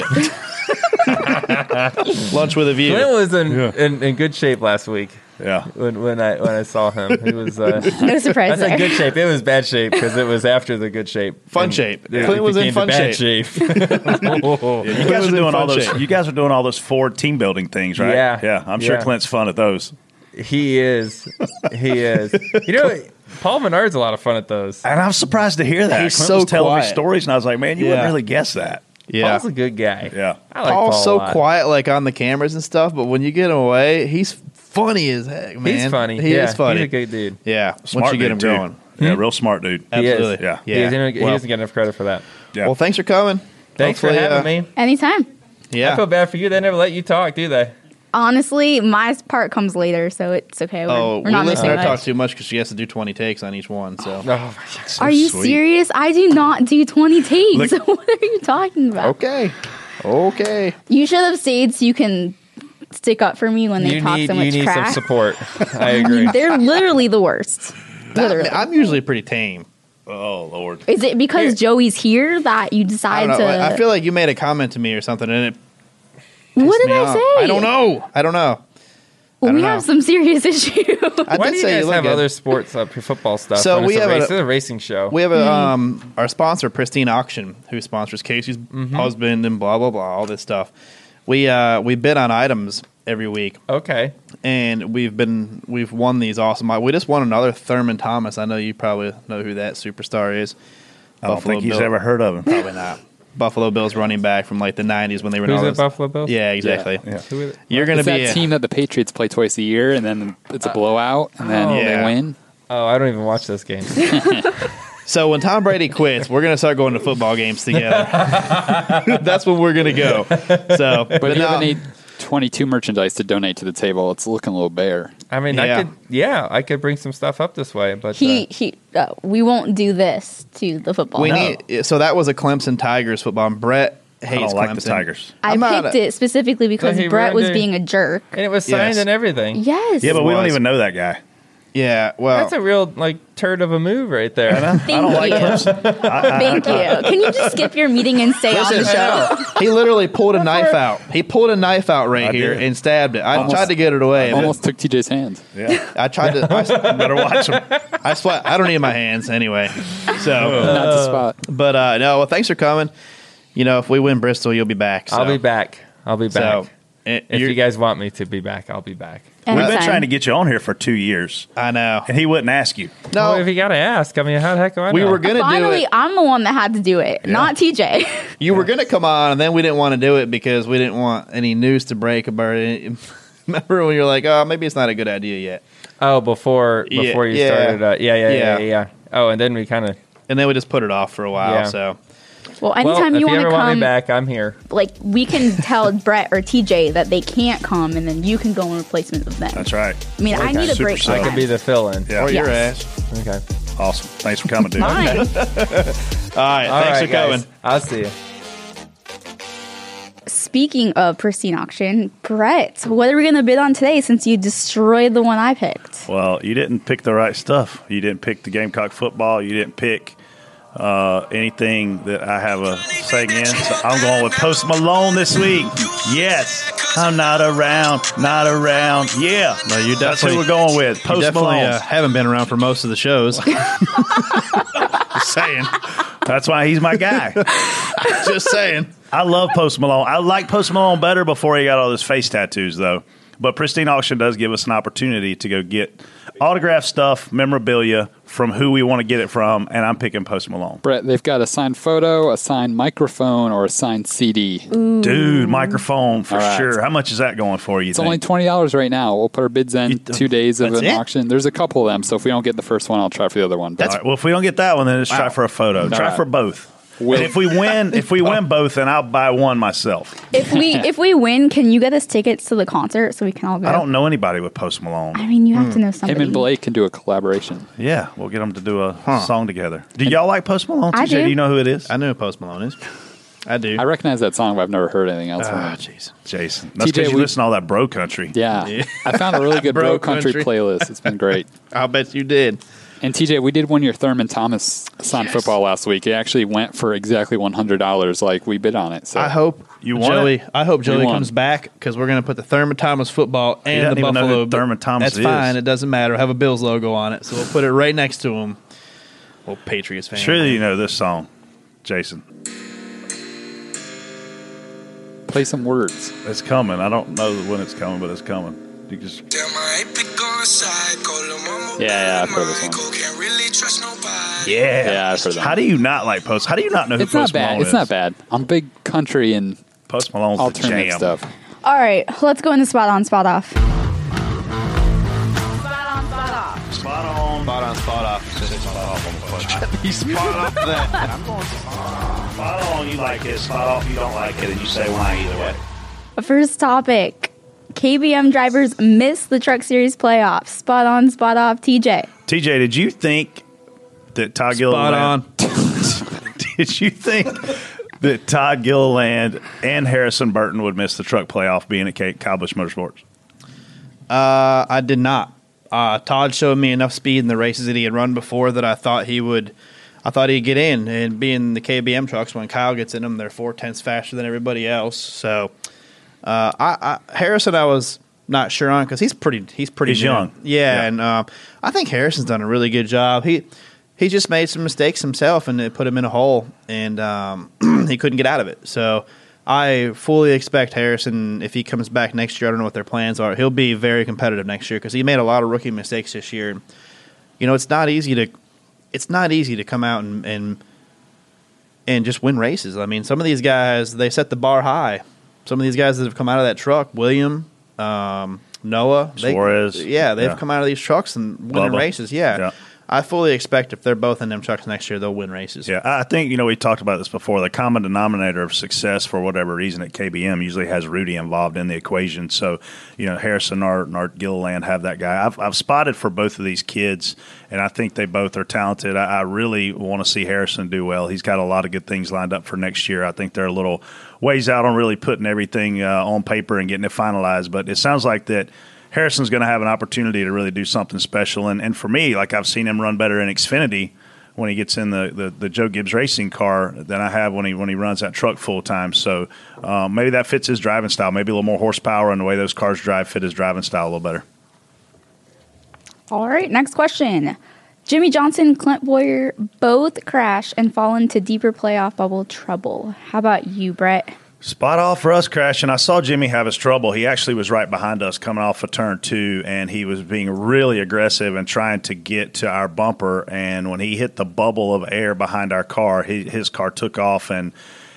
Speaker 2: lunch with a view.
Speaker 3: Clint was in, in, in good shape last week
Speaker 4: Yeah.
Speaker 3: when, when I when I saw him. He was uh,
Speaker 5: No surprise
Speaker 3: that's
Speaker 5: there.
Speaker 3: in good shape. It was bad shape because it was after the good shape.
Speaker 2: Fun
Speaker 3: And
Speaker 2: shape.
Speaker 3: it
Speaker 2: Clint was in
Speaker 3: became to
Speaker 2: fun
Speaker 3: bad shape. Whoa.
Speaker 4: You guys
Speaker 2: was
Speaker 4: are
Speaker 2: in
Speaker 4: doing
Speaker 2: fun
Speaker 4: all those.
Speaker 2: shape.
Speaker 4: You guys are doing all those Ford team building things, right?
Speaker 3: Yeah.
Speaker 4: Yeah. I'm sure
Speaker 3: Yeah.
Speaker 4: Clint's fun at those.
Speaker 3: He is. He is. You know, Paul Menard's a lot of fun at those.
Speaker 4: And I'm surprised to hear that.
Speaker 2: He's
Speaker 4: Clint
Speaker 2: so
Speaker 4: was telling me
Speaker 2: quiet.
Speaker 4: stories, and I was like, man, you
Speaker 2: Yeah.
Speaker 4: wouldn't really guess that.
Speaker 2: Yeah,
Speaker 3: Paul's a good guy.
Speaker 4: Yeah.
Speaker 3: I like Paul
Speaker 2: Paul's
Speaker 3: a
Speaker 2: so
Speaker 3: lot.
Speaker 2: quiet, like on the cameras and stuff. But when you get him away, he's funny as heck, man.
Speaker 3: He's funny.
Speaker 2: He
Speaker 3: yeah,
Speaker 2: is funny.
Speaker 3: He's a good dude.
Speaker 2: yeah,
Speaker 4: Smart
Speaker 2: once you get him
Speaker 4: dude, too.
Speaker 2: going,
Speaker 3: Hmm?
Speaker 4: Yeah, real smart dude.
Speaker 3: He is.
Speaker 2: absolutely.
Speaker 4: Yeah.
Speaker 3: He, doesn't, he
Speaker 2: Well,
Speaker 3: doesn't get enough credit for that.
Speaker 4: Yeah.
Speaker 2: well, thanks for coming.
Speaker 3: Thanks
Speaker 2: Hopefully,
Speaker 3: for having
Speaker 2: uh,
Speaker 3: me.
Speaker 5: Anytime.
Speaker 2: Yeah,
Speaker 3: I feel bad for you. They never let you talk, do they?
Speaker 5: honestly, my part comes later, so it's okay. We're,
Speaker 2: Oh,
Speaker 5: we're
Speaker 2: we
Speaker 5: not
Speaker 2: listen
Speaker 5: missing
Speaker 2: to her
Speaker 5: much.
Speaker 2: talk too much because she has to do 20 takes on each one. So
Speaker 3: Oh,
Speaker 5: Are you
Speaker 4: sweet.
Speaker 5: serious? I do not do 20 takes.
Speaker 4: Look-
Speaker 5: what are you talking about?
Speaker 2: okay, okay.
Speaker 5: You should have stayed so you can stick up for me when they
Speaker 3: you
Speaker 5: talk
Speaker 3: need
Speaker 5: so
Speaker 3: you
Speaker 5: much
Speaker 3: need some
Speaker 5: crap.
Speaker 3: support. I agree.
Speaker 5: They're literally the worst. Literally.
Speaker 2: I'm usually pretty tame.
Speaker 4: Oh Lord.
Speaker 5: Is it because Joey's here that you
Speaker 2: I
Speaker 5: decide
Speaker 2: don't know.
Speaker 5: to?
Speaker 2: I feel like you made a comment to me or something, and it
Speaker 5: what
Speaker 2: pissed
Speaker 5: did
Speaker 2: me
Speaker 5: I
Speaker 2: off.
Speaker 5: say?
Speaker 2: I don't know. I don't know. I
Speaker 5: we
Speaker 2: don't
Speaker 5: have
Speaker 2: know.
Speaker 5: some serious issue.
Speaker 2: I
Speaker 3: Why
Speaker 2: did
Speaker 3: do you
Speaker 2: say
Speaker 3: guys
Speaker 2: look
Speaker 3: have
Speaker 2: good.
Speaker 3: other sports up your football stuff?
Speaker 2: So
Speaker 3: when
Speaker 2: we
Speaker 3: it's a
Speaker 2: have
Speaker 3: race,
Speaker 2: a-
Speaker 3: it's a racing show.
Speaker 2: We have
Speaker 6: Hmm.
Speaker 2: a um, our sponsor, Pristine Auction, who sponsors Casey's
Speaker 6: Mm-hmm.
Speaker 2: husband and blah blah blah, all this stuff. We uh, we bid on items every week,
Speaker 3: okay,
Speaker 2: and we've been we've won these awesome. We just won another Thurman Thomas. I know you probably know who that superstar is.
Speaker 4: I don't think he's ever heard of him.
Speaker 2: Probably not. Buffalo Bills running back from like the '90s when they were in
Speaker 3: who's
Speaker 2: all
Speaker 3: the
Speaker 2: those-
Speaker 3: Buffalo Bills?
Speaker 2: Yeah, exactly.
Speaker 4: Yeah.
Speaker 3: Who is it?
Speaker 2: You're gonna
Speaker 6: It's that
Speaker 2: be a- Uh,
Speaker 6: team that the Patriots play twice a year, and then it's a blowout, and then
Speaker 2: Oh. Yeah.
Speaker 6: they win.
Speaker 3: Oh, I don't even watch this game.
Speaker 2: So when Tom Brady quits, we're gonna start going to football games together. That's when we're gonna go. So, but, um,
Speaker 6: But, if you
Speaker 2: now,
Speaker 6: have any 22 merchandise to donate to the table, it's looking a little bare.
Speaker 3: I mean,
Speaker 2: Yeah.
Speaker 3: I could, yeah, I could bring some stuff up this way, but
Speaker 5: he
Speaker 3: uh,
Speaker 5: he. Uh, we won't do this to the
Speaker 4: Oh,
Speaker 5: football.
Speaker 2: we
Speaker 5: team.
Speaker 2: need. So that was a Clemson Tigers football. And Brett hates
Speaker 4: I don't like
Speaker 2: Clemson.
Speaker 4: the Tigers.
Speaker 5: I
Speaker 2: I'm not
Speaker 5: picked
Speaker 2: a-
Speaker 5: it specifically because
Speaker 3: he
Speaker 5: Brett was
Speaker 3: ruined it.
Speaker 5: being a jerk.
Speaker 3: and it was signed
Speaker 2: Yes.
Speaker 3: and everything.
Speaker 5: Yes.
Speaker 4: Yeah, but we don't
Speaker 2: was.
Speaker 4: even know that guy.
Speaker 2: Yeah, well,
Speaker 3: That's a real like turd of a move right there.
Speaker 5: Thank
Speaker 4: I don't like
Speaker 5: you.
Speaker 4: Clemson.
Speaker 5: Thank you. Can you just skip your meeting and stay on the
Speaker 2: Listen,
Speaker 5: show?
Speaker 2: he literally pulled a knife out. He pulled a knife out right
Speaker 4: I
Speaker 2: here
Speaker 4: did.
Speaker 2: and stabbed it. I
Speaker 6: Almost-
Speaker 2: tried to get it away. but
Speaker 6: Almost took TJ's hand.
Speaker 4: Yeah,
Speaker 2: I tried to. I,
Speaker 4: better watch him.
Speaker 2: I sweat. I don't need my hands anyway. So,
Speaker 6: Not the spot.
Speaker 2: but uh, no. Well, thanks for coming. You know, if we win Bristol, you'll be back.
Speaker 3: I'll
Speaker 2: so-
Speaker 3: be back. I'll be back.
Speaker 2: So, it-
Speaker 3: if
Speaker 2: you're-
Speaker 3: you guys want me to be back, I'll be back.
Speaker 5: And
Speaker 4: We've been
Speaker 5: then-
Speaker 4: trying to get you on here for two years,
Speaker 2: I know.
Speaker 4: and he wouldn't ask you.
Speaker 3: No,
Speaker 2: No,
Speaker 3: if you gotta ask, I mean, how the heck do I?
Speaker 2: we
Speaker 3: know?
Speaker 2: were gonna do
Speaker 5: Finally,
Speaker 2: it.
Speaker 5: I'm the one that had to do it, not TJ.
Speaker 2: You were gonna come on, and then we didn't want to do it because we didn't want any news to break about it. Remember when you're like, "Oh, maybe it's not a good idea yet,"
Speaker 3: Oh, before
Speaker 2: Yeah,
Speaker 3: before you
Speaker 2: yeah.
Speaker 3: started, uh, yeah, yeah, yeah,
Speaker 2: Yeah.
Speaker 3: yeah, yeah. Oh, and then we kind of.
Speaker 2: and then we just put it off for a while.
Speaker 3: Yeah.
Speaker 2: So,
Speaker 5: well,
Speaker 3: Well,
Speaker 5: anytime
Speaker 3: if you
Speaker 5: you want
Speaker 3: ever
Speaker 5: to
Speaker 3: want
Speaker 5: come,
Speaker 3: me back, I'm here.
Speaker 5: like we can tell Brett or TJ that they can't come, and then you can go in replacement of them.
Speaker 4: That's right.
Speaker 5: I mean, I need a
Speaker 4: Super
Speaker 5: break.
Speaker 4: sub.
Speaker 5: from
Speaker 3: I could be
Speaker 5: that.
Speaker 3: the fill-in.
Speaker 4: Yeah.
Speaker 2: or Oh, your
Speaker 5: Yes.
Speaker 2: ass.
Speaker 3: Okay.
Speaker 4: Awesome. Thanks for coming, dude.
Speaker 5: Fine.
Speaker 2: All right,
Speaker 3: All
Speaker 2: thanks for
Speaker 3: right, guys.
Speaker 2: coming.
Speaker 3: I'll see you.
Speaker 5: Speaking of pristine auction, Brett, what are we going to bid on today? Since you destroyed the one I picked,
Speaker 4: Well, you didn't pick the right stuff. You didn't pick the Gamecock football. You didn't pick uh, anything that I have a say in. So I'm going with Post Malone this week. Yes, I'm not around, not around. Yeah,
Speaker 2: No, you
Speaker 4: that's who
Speaker 2: definitely-
Speaker 4: we're going with.
Speaker 2: You
Speaker 4: Post
Speaker 2: definitely
Speaker 4: Malone.
Speaker 2: uh, haven't been around for most of the shows.
Speaker 4: Just saying. That's why he's my guy.
Speaker 2: Just saying.
Speaker 4: I love Post Malone. I like Post Malone better before he got all those face tattoos, though. But Pristine Auction does give us an opportunity to go get autograph stuff, memorabilia from who we want to get it from, and I'm picking Post Malone.
Speaker 6: Brett, they've got a signed photo, a signed microphone, or a signed CD.
Speaker 4: Dude, microphone for
Speaker 6: All right.
Speaker 4: sure. How much is that going for you?
Speaker 6: It's only
Speaker 4: think?
Speaker 6: twenty dollars right now. We'll put our bids in
Speaker 4: th-
Speaker 6: two days of
Speaker 2: that's
Speaker 6: an
Speaker 2: it?
Speaker 6: auction. There's a couple of them, so if we don't get the first one, I'll try for the other one. But
Speaker 4: All right, well, if we don't get that one, then let's try for a photo. try
Speaker 6: right.
Speaker 4: for both.
Speaker 6: Will-
Speaker 4: And if we win, if we win both, then I'll buy one myself.
Speaker 5: if we if we win, can you get us tickets to the concert so we can all go?
Speaker 4: I don't know anybody with Post
Speaker 5: I
Speaker 4: Malone.
Speaker 5: mean, you have to know
Speaker 6: him
Speaker 5: somebody.
Speaker 6: and Blake can do a collaboration.
Speaker 4: Yeah, we'll get them to do a song together. Do y'all like Post Malone?
Speaker 5: I
Speaker 4: TJ?
Speaker 5: do.
Speaker 4: you know who it is?
Speaker 2: I know who Post Malone is. I do.
Speaker 6: I recognize that song, but I've never heard anything else. from
Speaker 2: Ah,
Speaker 6: it.
Speaker 2: jeez.
Speaker 4: Jason. That's
Speaker 6: TJ,
Speaker 4: because you
Speaker 6: we-
Speaker 4: listen to all that bro country.
Speaker 6: Yeah. I found a really good
Speaker 2: Bro
Speaker 6: bro, country,
Speaker 2: country.
Speaker 6: playlist. It's been great.
Speaker 2: I'll bet you did.
Speaker 6: And TJ, we did one year Thurman Thomas signed football last week. It actually went for exactly one hundred dollars. Like we bid on it. So
Speaker 2: I hope
Speaker 4: You want
Speaker 2: Joey.
Speaker 4: it?
Speaker 2: I hope Joey
Speaker 6: want.
Speaker 2: comes back because we're gonna put the Thurman Thomas football and
Speaker 4: doesn't
Speaker 2: the
Speaker 4: even know
Speaker 2: Buffalo.
Speaker 4: who Thurman Thomas
Speaker 2: That's
Speaker 4: is.
Speaker 2: fine. It doesn't matter. We'll have a Bills logo on it, so we'll put it right next to him. Well, Patriots fan.
Speaker 4: Surely you know this song, Jason.
Speaker 6: play some words.
Speaker 4: It's coming. I don't know when it's coming, but it's coming. You just
Speaker 6: Yeah, yeah, I've heard this one.
Speaker 4: yeah.
Speaker 6: Yeah, I've heard that.
Speaker 4: How do you not like Post? How do you not know who
Speaker 6: It's not
Speaker 4: Post Malone
Speaker 6: bad.
Speaker 4: is?
Speaker 6: It's not bad. I'm big country and
Speaker 4: Post Malone's the
Speaker 6: alternative
Speaker 4: jam.
Speaker 6: stuff.
Speaker 5: All right, let's go into spot on, spot off.
Speaker 4: Spot on. Spot on. Spot off. Spot off.
Speaker 2: He's spot on that.
Speaker 4: Spot on. You like it. Spot off. You don't like it, and you say why either way.
Speaker 5: First topic KBM drivers miss the Truck Series playoffs. Spot on, spot off, TJ.
Speaker 4: TJ, did you think that Todd Gilliland? did you think that Todd Gilliland and Harrison Burton would miss the truck playoff being at Ca- Cowbush Motorsports?
Speaker 2: Uh, I did not. Uh, Todd showed me enough speed in the races that he had run before that I thought he would. I thought he'd get in and be in the KBM trucks when Kyle gets in them. They're four tenths faster than everybody else. So, uh, I, I Harrison, I was not sure on because he's pretty. He's pretty
Speaker 4: He's
Speaker 2: new.
Speaker 4: young.
Speaker 2: Yeah,
Speaker 4: Yeah.
Speaker 2: and um, I think Harrison's done a really good job. He he just made some mistakes himself and it put him in a hole, and um, he couldn't get out of it. So. I fully expect Harrison if he comes back next year. I don't know what their plans are. He'll be very competitive next year because he made a lot of rookie mistakes this year. You know, it's not easy to it's not easy to come out and and and just win races. I mean, some of these guys they set the bar high. Some of these guys that have come out of that truck, William, um, Noah, they-
Speaker 4: Suarez.
Speaker 2: yeah, they've
Speaker 4: Yeah.
Speaker 2: come out of these trucks and winning
Speaker 4: Bubba.
Speaker 2: races. Yeah.
Speaker 4: Yeah.
Speaker 2: I fully expect if they're both in them trucks next year, they'll win races.
Speaker 4: Yeah, I I think you know we talked about this before. The common denominator of success, for whatever reason, at KBM usually has Rudy involved in the equation. So you know Harrison or Nart Gilliland have that guy. I've, I've spotted for both of these kids, and I think they both are talented. I, I really want to see Harrison do well. He's got a lot of good things lined up for next year. I think they're a little ways out on really putting everything uh, on paper and getting it finalized. But it sounds like that. Harrison's going to have an opportunity to really do something special, and and for me, like I've seen him run better in Xfinity when he gets in the, the, the Joe Gibbs racing car than I have when he when he runs that truck full time. So um, maybe that fits his driving style. Maybe a little more horsepower and the way those cars drive fit his driving style a little better.
Speaker 5: All right, next question. Jimmy Johnson, Clint Boyer both crash and fall into deeper playoff bubble trouble. How about you, Brett?
Speaker 4: Spot off for us crashing. I saw Jimmy have his trouble. He actually was right behind us coming off of turn two, and he was being really aggressive and trying to get to our bumper. And when he hit the bubble of air behind our car, he, his car took off and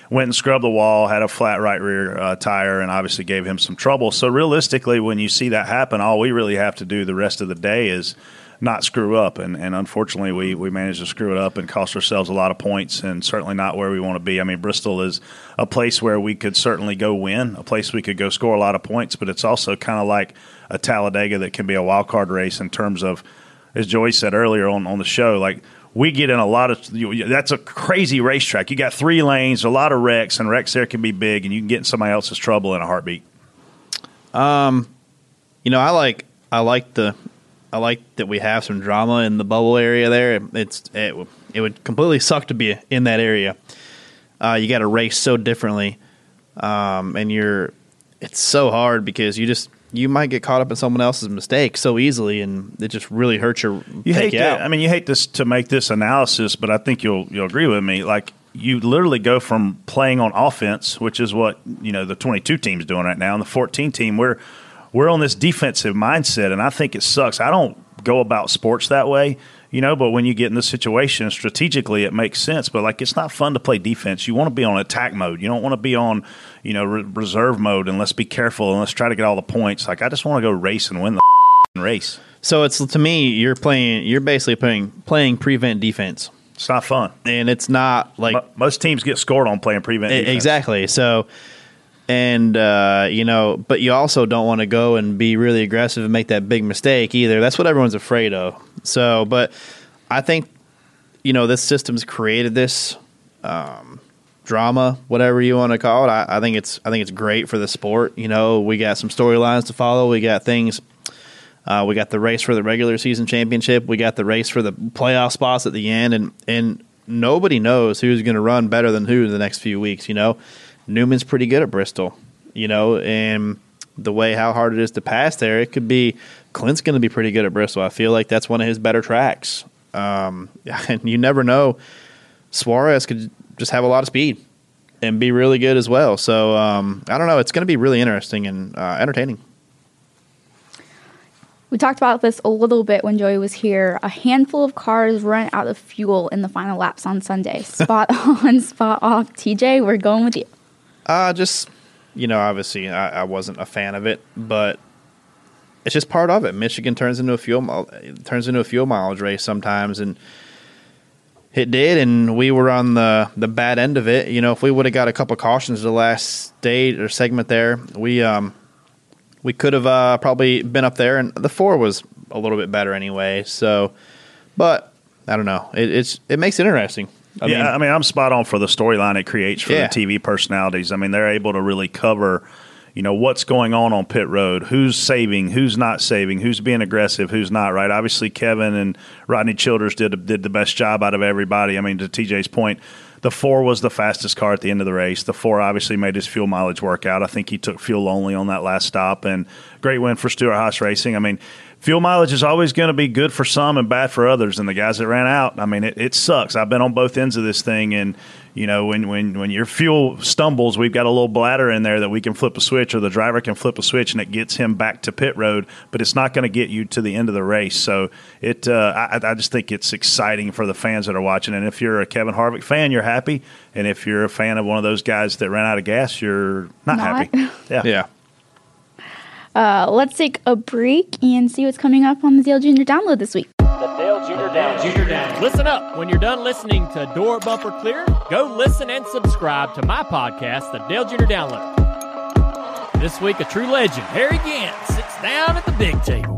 Speaker 4: went and scrubbed the wall, had a flat right rear uh, tire, and obviously gave him some trouble. So, realistically, when you see that happen, all we really have to do the rest of the day is not screw up. And, and unfortunately, we, we managed to screw it up and cost ourselves a lot of points and certainly not where we want to be. I mean, Bristol is a place where we could certainly go win, a place we could go score a lot of points, but it's also kind of like a Talladega that can be a wild card race in terms of, as Joey said earlier on, on the show, like we get in a lot of you- you- that's a crazy racetrack. You got three lanes, a lot of wrecks, and wrecks there can be big, and you can get in somebody else's trouble in a heartbeat.
Speaker 2: You know, I like I like the I like that we have some drama in the bubble area there. It's it, w- it would completely suck to be in that area. Uh, you got to race so differently, um, and you're it's so hard because you just you might get caught up in someone else's mistake so easily, and it just really hurts your
Speaker 4: you
Speaker 2: take
Speaker 4: hate
Speaker 2: you
Speaker 4: that.
Speaker 2: out.
Speaker 4: I mean, you hate this to make this analysis, but I think you'll you'll agree with me. Like you literally go from playing on offense, which is what you know the 22 team's doing right now, and the 14 team we're we're on this defensive mindset, and I think it sucks. I don't go about sports that way, you know. But when you get in this situation, strategically, it makes sense. But like, it's not fun to play defense. You want to be on attack mode. You don't want to be on you know re- reserve mode, and let's be careful and let's try to get all the points. Like, I just want to go race and win the race.
Speaker 2: so it's to me you're playing you're basically playing playing prevent defense,
Speaker 4: It's not fun.
Speaker 2: and it's not like
Speaker 4: Mo- most teams get scored on playing prevent.
Speaker 2: E-
Speaker 4: defense.
Speaker 2: Exactly. So, and uh, you know, but you also don't want to go and be really aggressive and make that big mistake either. That's what everyone's afraid of. So, but I think you know this system's created this um, drama, whatever you want to call it. I, I think it's I think it's great for the sport. You know, we got some storylines to follow. We got things. Uh, we got the race for the regular season championship. We got the race for the playoff spots at the end, and and nobody knows who's going to run better than who in the next few weeks. You know, Newman's pretty good at Bristol. You know, and the way how hard it is to pass there, it could be Clint's going to be pretty good at Bristol. I feel like that's one of his better tracks. Um, and you never know. Suarez could just have a lot of speed and be really good as well. So um, I don't know. It's going to be really interesting and uh, entertaining.
Speaker 5: We talked about this a little bit when Joey was here. A handful of cars run out of fuel in the final laps on Sunday. Spot on, spot off. TJ, we're going with you.
Speaker 2: Uh, just you know, obviously, I, I wasn't a fan of it, but it's just part of it. Michigan turns into a fuel mile, turns into a fuel mileage race sometimes, and it did. And we were on the the bad end of it. You know, if we would have got a couple cautions the last stage or segment there, we um we could have uh, probably been up there, and the four was a little bit better anyway. So, but I don't know. It, it's it makes it interesting. I
Speaker 4: yeah,
Speaker 2: mean,
Speaker 4: I mean, I'm spot on for the storyline it creates for
Speaker 2: Yeah.
Speaker 4: the TV personalities. I mean, they're able to really cover, you know, what's going on on pit road, who's saving, who's not saving, who's being aggressive, who's not. Right? Obviously, Kevin and Rodney Childers did did the best job out of everybody. I mean, to TJ's point. The four was the fastest car at the end of the race. The four obviously made his fuel mileage work out. I think he took fuel only on that last stop, and great win for Stuart Haas Racing. I mean, fuel mileage is always going to be good for some and bad for others. And the guys that ran out, I mean, it, it sucks. I've been on both ends of this thing, and you know, when when when your fuel stumbles, we've got a little bladder in there that we can flip a switch, or the driver can flip a switch, and it gets him back to pit road. But it's not going to get you to the end of the race. So it, uh, I, I just think it's exciting for the fans that are watching. And if you're a Kevin Harvick fan, you're happy. And if you're a fan of one of those guys that ran out of gas, you're not,
Speaker 5: Not.
Speaker 4: happy.
Speaker 2: yeah.
Speaker 5: Uh, let's take a break and see what's coming up on the Dale Jr. download this week.
Speaker 9: The Dale Jr. Down. Jr. Down. Listen up. When you're done listening to Door Bumper Clear, go listen and subscribe to my podcast, The Dale Jr. Download. This week, a true legend, Harry Gant, sits down at the big table.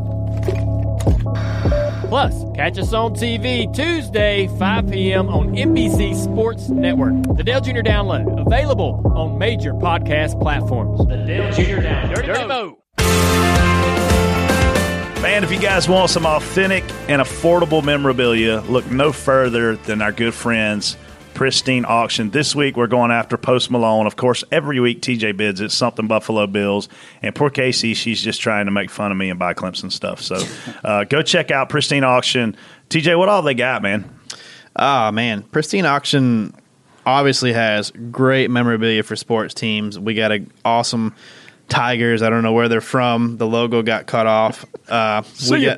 Speaker 9: Plus, catch us on TV Tuesday, 5 p.m. on NBC Sports Network. The Dale Jr. Download, available on major podcast platforms. The Dale Jr. Download. Dirty, Mo.
Speaker 4: Man, if you guys want some authentic and affordable memorabilia, look no further than our good friends, Pristine Auction. This week, we're going after Post Malone. Of course, every week, TJ bids at something Buffalo Bills. And poor Casey, she's just trying to make fun of me and buy Clemson stuff. So uh, go check out Pristine Auction. TJ, what all they got, man?
Speaker 2: Ah, man. Pristine Auction obviously has great memorabilia for sports teams. We got an awesome Tigers. I don't know where they're from. The logo got cut off. Uh, we
Speaker 4: ya.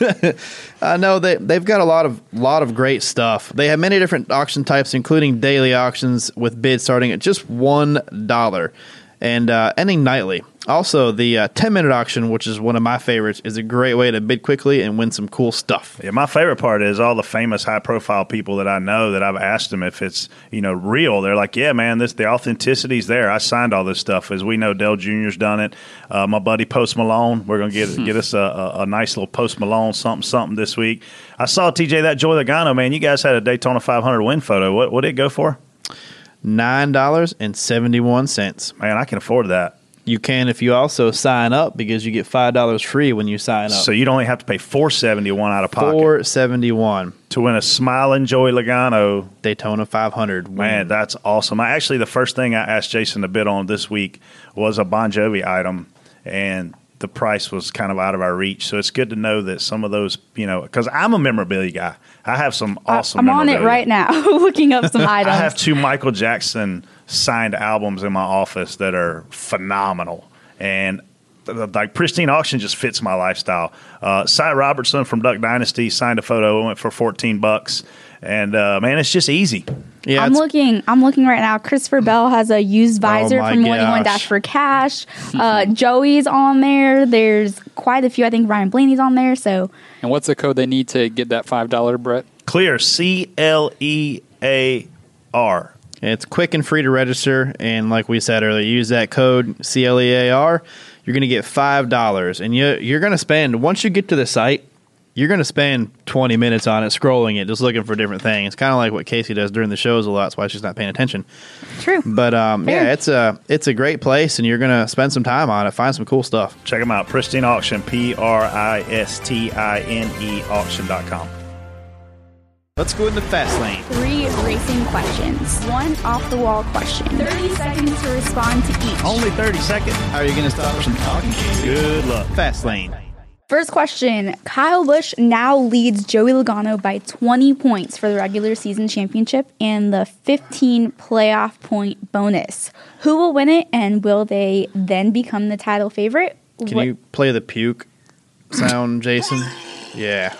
Speaker 2: got. I know they they've got a lot of lot of great stuff. They have many different auction types, including daily auctions with bids starting at just one dollar and uh, ending nightly. Also, the uh, ten minute auction, which is one of my favorites, is a great way to bid quickly and win some cool stuff.
Speaker 4: Yeah, my favorite part is all the famous high profile people that I know that I've asked them if it's, you know, real. They're like, yeah, man, this the authenticity's there. I signed all this stuff. As we know, Dell Jr.'s done it. Uh, my buddy Post Malone, we're going to get get us a, a, a nice little Post Malone something something this week. I saw TJ that Joy Logano, man. You guys had a Daytona 500 win photo. What what did it go for?
Speaker 2: Nine dollars and seventy one cents.
Speaker 4: Man, I can afford that.
Speaker 2: You can if you also sign up because you get five dollars free when you sign up.
Speaker 4: So you'd only have to pay 471 out of pocket
Speaker 2: four seventy one
Speaker 4: to win a smiling Joey Logano
Speaker 2: Daytona five hundred.
Speaker 5: Mm.
Speaker 4: Man, that's awesome. I actually the first thing I asked Jason to bid on this week was a Bon Jovi item and the price was kind of out of our reach. So it's good to know that some of those, you know, because I'm a memorabilia guy. I have some awesome.
Speaker 5: I'm on it
Speaker 4: memorabilia.
Speaker 5: right now, looking up some items.
Speaker 4: I have two Michael Jackson signed albums in my office that are phenomenal, and th- th- like pristine auction just fits my lifestyle. Uh, Cy Robertson from Duck Dynasty signed a photo. It went for fourteen bucks, and uh, man, it's just easy.
Speaker 2: yeah, it's-
Speaker 5: I'm
Speaker 2: Mm. Oh
Speaker 5: looking. I'm looking right now. Christopher Bell has a used visor
Speaker 2: my
Speaker 5: from 101
Speaker 2: gosh. Mm-hmm.
Speaker 5: Dash for Cash. Uh, Joey's on there. There's quite a few. I think Ryan Blaney's on there. So
Speaker 6: And what's the code they need to get that $5, Brett?
Speaker 4: Clear C L E A R.
Speaker 2: it's quick and free to register, and like we said earlier, use that code C L E A R. You're gonna get five dollars, and you you're gonna spend once you get to the site. You're gonna spend 20 minutes on it, scrolling it, just looking for different things. It's kind of like what Casey does during the shows a lot. That's why she's not paying attention.
Speaker 5: true.
Speaker 2: But um,
Speaker 5: Fair.
Speaker 2: yeah, it's a it's a great place, and you're gonna spend some time on it, find some cool stuff.
Speaker 4: Check them out. Pristine Auction, P R I S T I N E auction.com.
Speaker 2: Let's go into fast lane.
Speaker 5: Three racing questions. One off the wall question. 30 seconds to respond to each.
Speaker 2: Only 30 seconds. How are you going to stop us from talking?
Speaker 4: Good luck.
Speaker 2: Fast lane.
Speaker 5: First question Kyle Busch now leads Joey Logano by 20 points for the regular season championship and the 15 playoff point bonus. Who will win it and will they then become the title favorite?
Speaker 2: Can
Speaker 5: What-
Speaker 2: you play the puke sound, Jason? Yeah.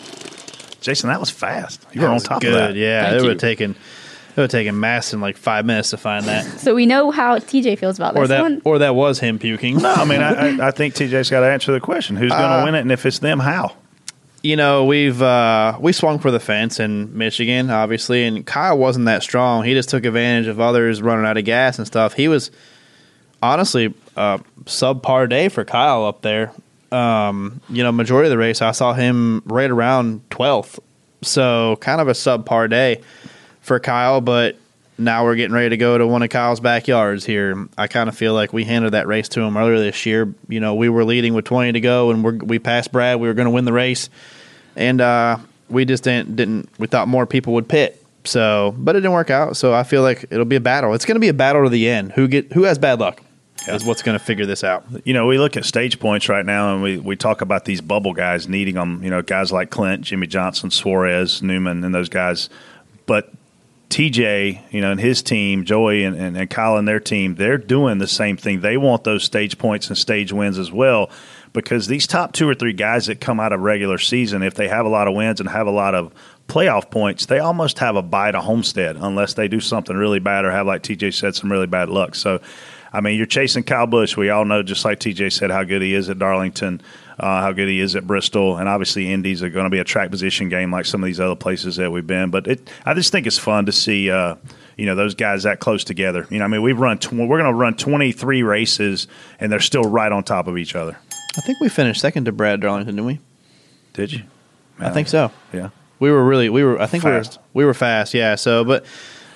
Speaker 4: Jason, that was fast. You were
Speaker 2: That
Speaker 4: on
Speaker 2: was
Speaker 4: top
Speaker 2: good.
Speaker 4: of that.
Speaker 2: Yeah.
Speaker 6: Thank
Speaker 2: it would
Speaker 6: you.
Speaker 2: have taken it would have taken Masson like five minutes to find that.
Speaker 5: So we know how TJ feels about
Speaker 2: or
Speaker 5: this
Speaker 2: that
Speaker 5: one.
Speaker 2: or that was him puking.
Speaker 4: No, I mean, I, I, I think TJ's got to answer the question who's going to
Speaker 2: Uh,
Speaker 4: win it? And if it's them, how?
Speaker 2: you know, we've uh, we swung for the fence in Michigan, obviously, and Kyle wasn't that strong. He just took advantage of others running out of gas and stuff. He was honestly uh, subpar day for Kyle up there. Um, you know, majority of the race I saw him right around twelfth, so kind of a subpar day for Kyle. But now we're getting ready to go to one of Kyle's backyards here. I kind of feel like we handed that race to him earlier this year. You know, we were leading with twenty to go, and we're, we passed Brad. We were going to win the race, and uh, we just didn't didn't. We thought more people would pit. So, but it didn't work out. So I feel like it'll be a battle. It's going to be a battle to the end. Who get who has bad luck is what's going to figure this out.
Speaker 4: you know, we look at stage points right now, and we, we talk about these bubble guys needing them. You know, guys like Clint, Jimmy Johnson, Suarez, Newman, and those guys. But TJ, you know, and his team, Joey and, and, and Kyle and their team, they're doing the same thing. They want those stage points and stage wins as well because these top two or three guys that come out of regular season, if they have a lot of wins and have a lot of playoff points, they almost have a bye to Homestead unless they do something really bad or have, like TJ said, some really bad luck. So, I mean, you're chasing Kyle Bush. We all know, just like TJ said, how good he is at Darlington, uh, how good he is at Bristol, and obviously Indy's are going to be a track position game like some of these other places that we've been. But it, I just think it's fun to see. Uh, you know those guys that close together. You know, I mean, we've run. Tw- we're going to run twenty three races, and they're still right on top of each other.
Speaker 2: I think we finished second to Brad Darlington, didn't we?
Speaker 4: Did you?
Speaker 2: I think so.
Speaker 4: Yeah.
Speaker 2: We were really we were I think
Speaker 4: Fast.
Speaker 2: we were we were Uh, fast, yeah. So but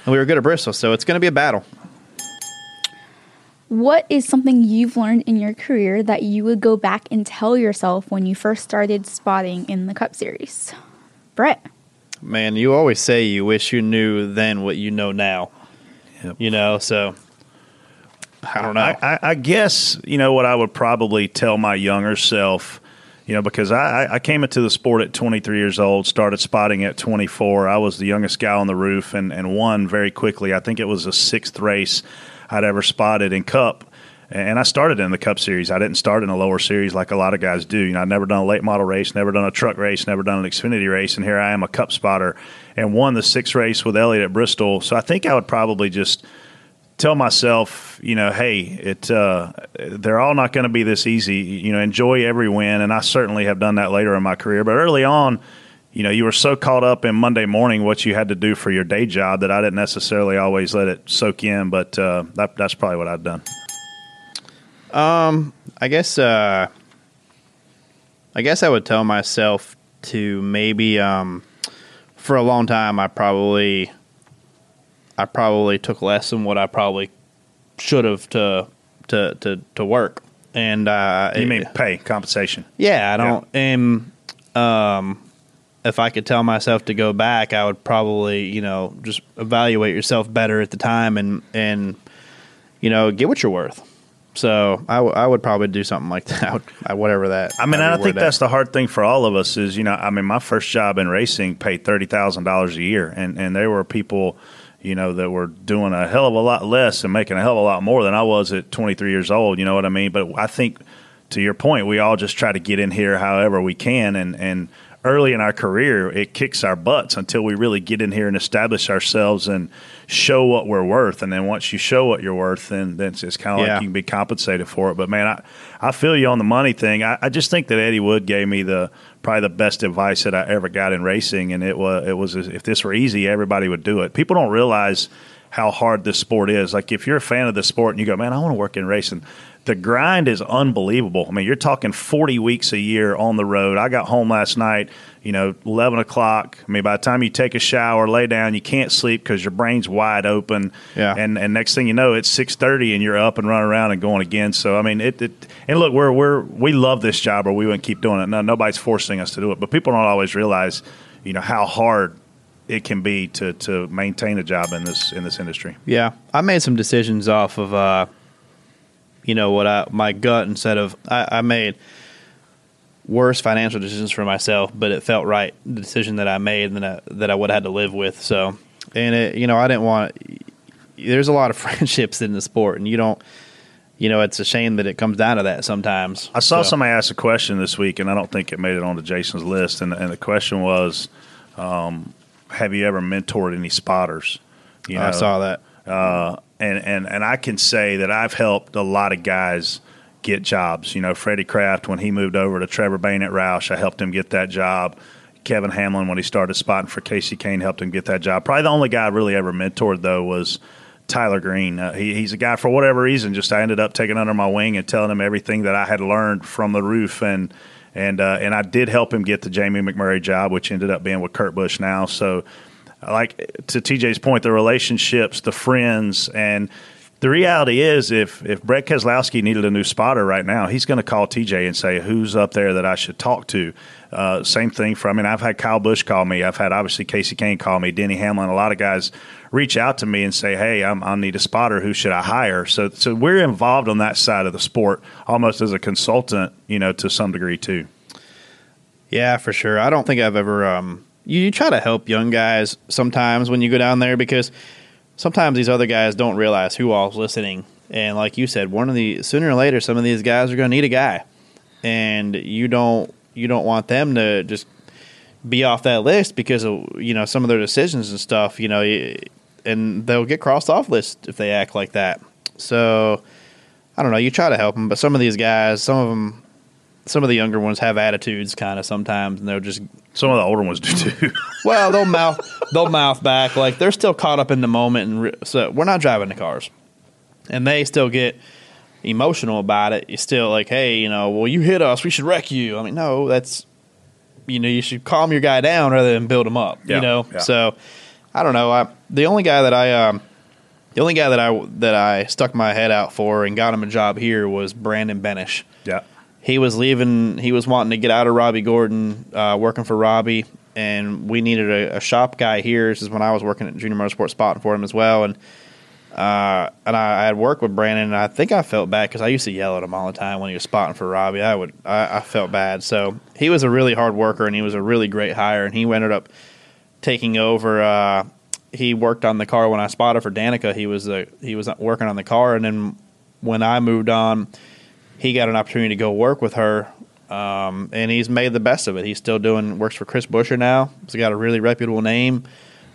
Speaker 2: and we were good at Bristol, so it's going to be a battle.
Speaker 5: What is something you've learned in your career that you would go back and tell yourself when you first started spotting in the Cup Series? Brett,
Speaker 2: Man, you always say you wish you knew then what you know now.
Speaker 4: Yep.
Speaker 2: You know, so I don't know.
Speaker 4: I, I, I guess you know what I would probably tell my younger self. You know, because I, I- I came into the sport at 23 years old, started spotting at 24. I was the youngest guy on the roof and, and won very quickly. I think it was the sixth race I'd ever spotted in Cup. And I started in the Cup Series. I didn't start in a lower series like a lot of guys do. You know, I'd never done a late model race, never done a truck race, never done an Xfinity race, and here I am, a Cup spotter, and won the sixth race with Elliott at Bristol. So I think I would probably just tell myself, you know, hey, it uh, they're all not going to be this easy. You know, enjoy every win, and I certainly have done that later in my career. But early on, you know, you were so caught up in Monday morning what you had to do for your day job that I didn't necessarily always let it soak in. But uh, that, that's probably what I've done.
Speaker 2: I guess uh I guess I would tell myself to maybe um for a long time I probably I probably took less than what I probably should have to to to to work. And uh
Speaker 4: You
Speaker 2: it-
Speaker 4: mean pay compensation?
Speaker 2: Yeah, I don't. And um, if I could tell myself to go back, I would probably, you know, just evaluate yourself better at the time and and you know get what you're worth. So I, w- I would probably do something like that, I would- I- whatever that.
Speaker 4: I mean,
Speaker 2: however
Speaker 4: and I
Speaker 2: you
Speaker 4: think
Speaker 2: word that.
Speaker 4: that's the hard thing for all of us is, you know, I mean, my first job in racing paid thirty thousand dollars a year, and and there were people, you know, that were doing a hell of a lot less and making a hell of a lot more than I was at twenty three years old. You know what I mean? But I think, to your point, we all just try to get in here however we can, and and early in our career, it kicks our butts until we really get in here and establish ourselves and show what we're worth. And then once you show what you're worth, then then it's, it's kind of
Speaker 2: Yeah.
Speaker 4: like you can be compensated for it. But man, I, I feel you on the money thing. I, I just think that Eddie Wood gave me the probably the best advice that I ever got in racing, and it was it was if this were easy, everybody would do it. People don't realize how hard this sport is. Like if you're a fan of the sport and you go, man, I want to work in racing. The grind is unbelievable. I mean, you're talking 40 weeks a year on the road. I got home last night, you know, 11 o'clock. I mean, by the time you take a shower, lay down, you can't sleep because your brain's wide open.
Speaker 2: Yeah.
Speaker 4: And and next thing you know, it's six thirty, and you're up and running around and going again. So I mean, it, it and look, we're we're we love this job, or we wouldn't keep doing it. No, nobody's forcing us to do it, but people don't always realize, you know, how hard it can be to to maintain a job in this in this industry.
Speaker 2: Yeah, I made some decisions off of, uh, you know, what I my gut instead of I, I made worse financial decisions for myself, but it felt right the decision that I made and that I, that I would have had to live with. So, and it, you know, I didn't want. There's a lot of friendships in the sport, and you don't, you know, it's a shame that it comes down to that sometimes.
Speaker 4: I saw
Speaker 2: So,
Speaker 4: somebody ask a question this week, and I don't think it made it onto Jason's list. And, and the question was, um, have you ever mentored any spotters? You
Speaker 2: I saw that.
Speaker 4: uh, and and and I can say that I've helped a lot of guys get jobs. You know, Freddie Kraft when he moved over to Trevor Bain at Roush, I helped him get that job. Kevin Hamlin when he started spotting for Casey Kane helped him get that job. Probably the only guy I really ever mentored though was Tyler Green. Uh, he, he's a guy for whatever reason. Just I ended up taking under my wing and telling him everything that I had learned from the roof, and and uh, and I did help him get the Jamie McMurray job, which ended up being with Kurt Busch now. So, like to TJ's point, the relationships, the friends, and the reality is, if if Brett Keselowski needed a new spotter right now, he's going to call TJ and say, "Who's up there that I should talk to?" Uh, same thing for. I mean, I've had Kyle Bush call me. I've had obviously Casey Kane call me. Denny Hamlin. A lot of guys reach out to me and say, "Hey, I'm, I need a spotter. Who should I hire?" So, so we're involved on that side of the sport almost as a consultant, you know, to some degree too.
Speaker 2: Yeah, for sure. I don't think I've ever. Um, you, you try to help young guys sometimes when you go down there because sometimes these other guys don't realize who all's listening. And like you said, one of the sooner or later, some of these guys are going to need a guy, and you don't you don't want them to just be off that list because of you know some of their decisions and stuff. You know, y- and they'll get crossed off list if they act like that. So I don't know. You try to help them, but some of these guys, some of them, some of the younger ones have attitudes kind of sometimes, and they'll just
Speaker 4: Some of the older ones do too.
Speaker 2: well, they'll mouth they'll mouth back like they're still caught up in the moment, and re- so we're not driving the cars, and they still get emotional about it. You're still like, hey, you know, well, you hit us, we should wreck you. I mean, no, that's you know, you should calm your guy down rather than build him up.
Speaker 4: Yeah,
Speaker 2: you know,
Speaker 4: yeah.
Speaker 2: so I don't know. I the only guy that I um the only guy that I that I stuck my head out for and got him a job here was Brandon Benish
Speaker 4: yeah,
Speaker 2: he was leaving. He was wanting to get out of Robbie Gordon, uh, working for Robbie, and we needed a, a shop guy here. This is when I was working at Junior Motorsport, spotting for him as well. And uh, and I, I had worked with Brandon, and I think I felt bad because I used to yell at him all the time when he was spotting for Robbie. I would I, I felt bad. So he was a really hard worker, and he was a really great hire, and he ended up taking over. Uh, he worked on the car when I spotted for Danica. He was the he was working on the car, and then when I moved on he got an opportunity to go work with her, um, and he's made the best of it. He's still doing works for Chris Busher now. He's got a really reputable name,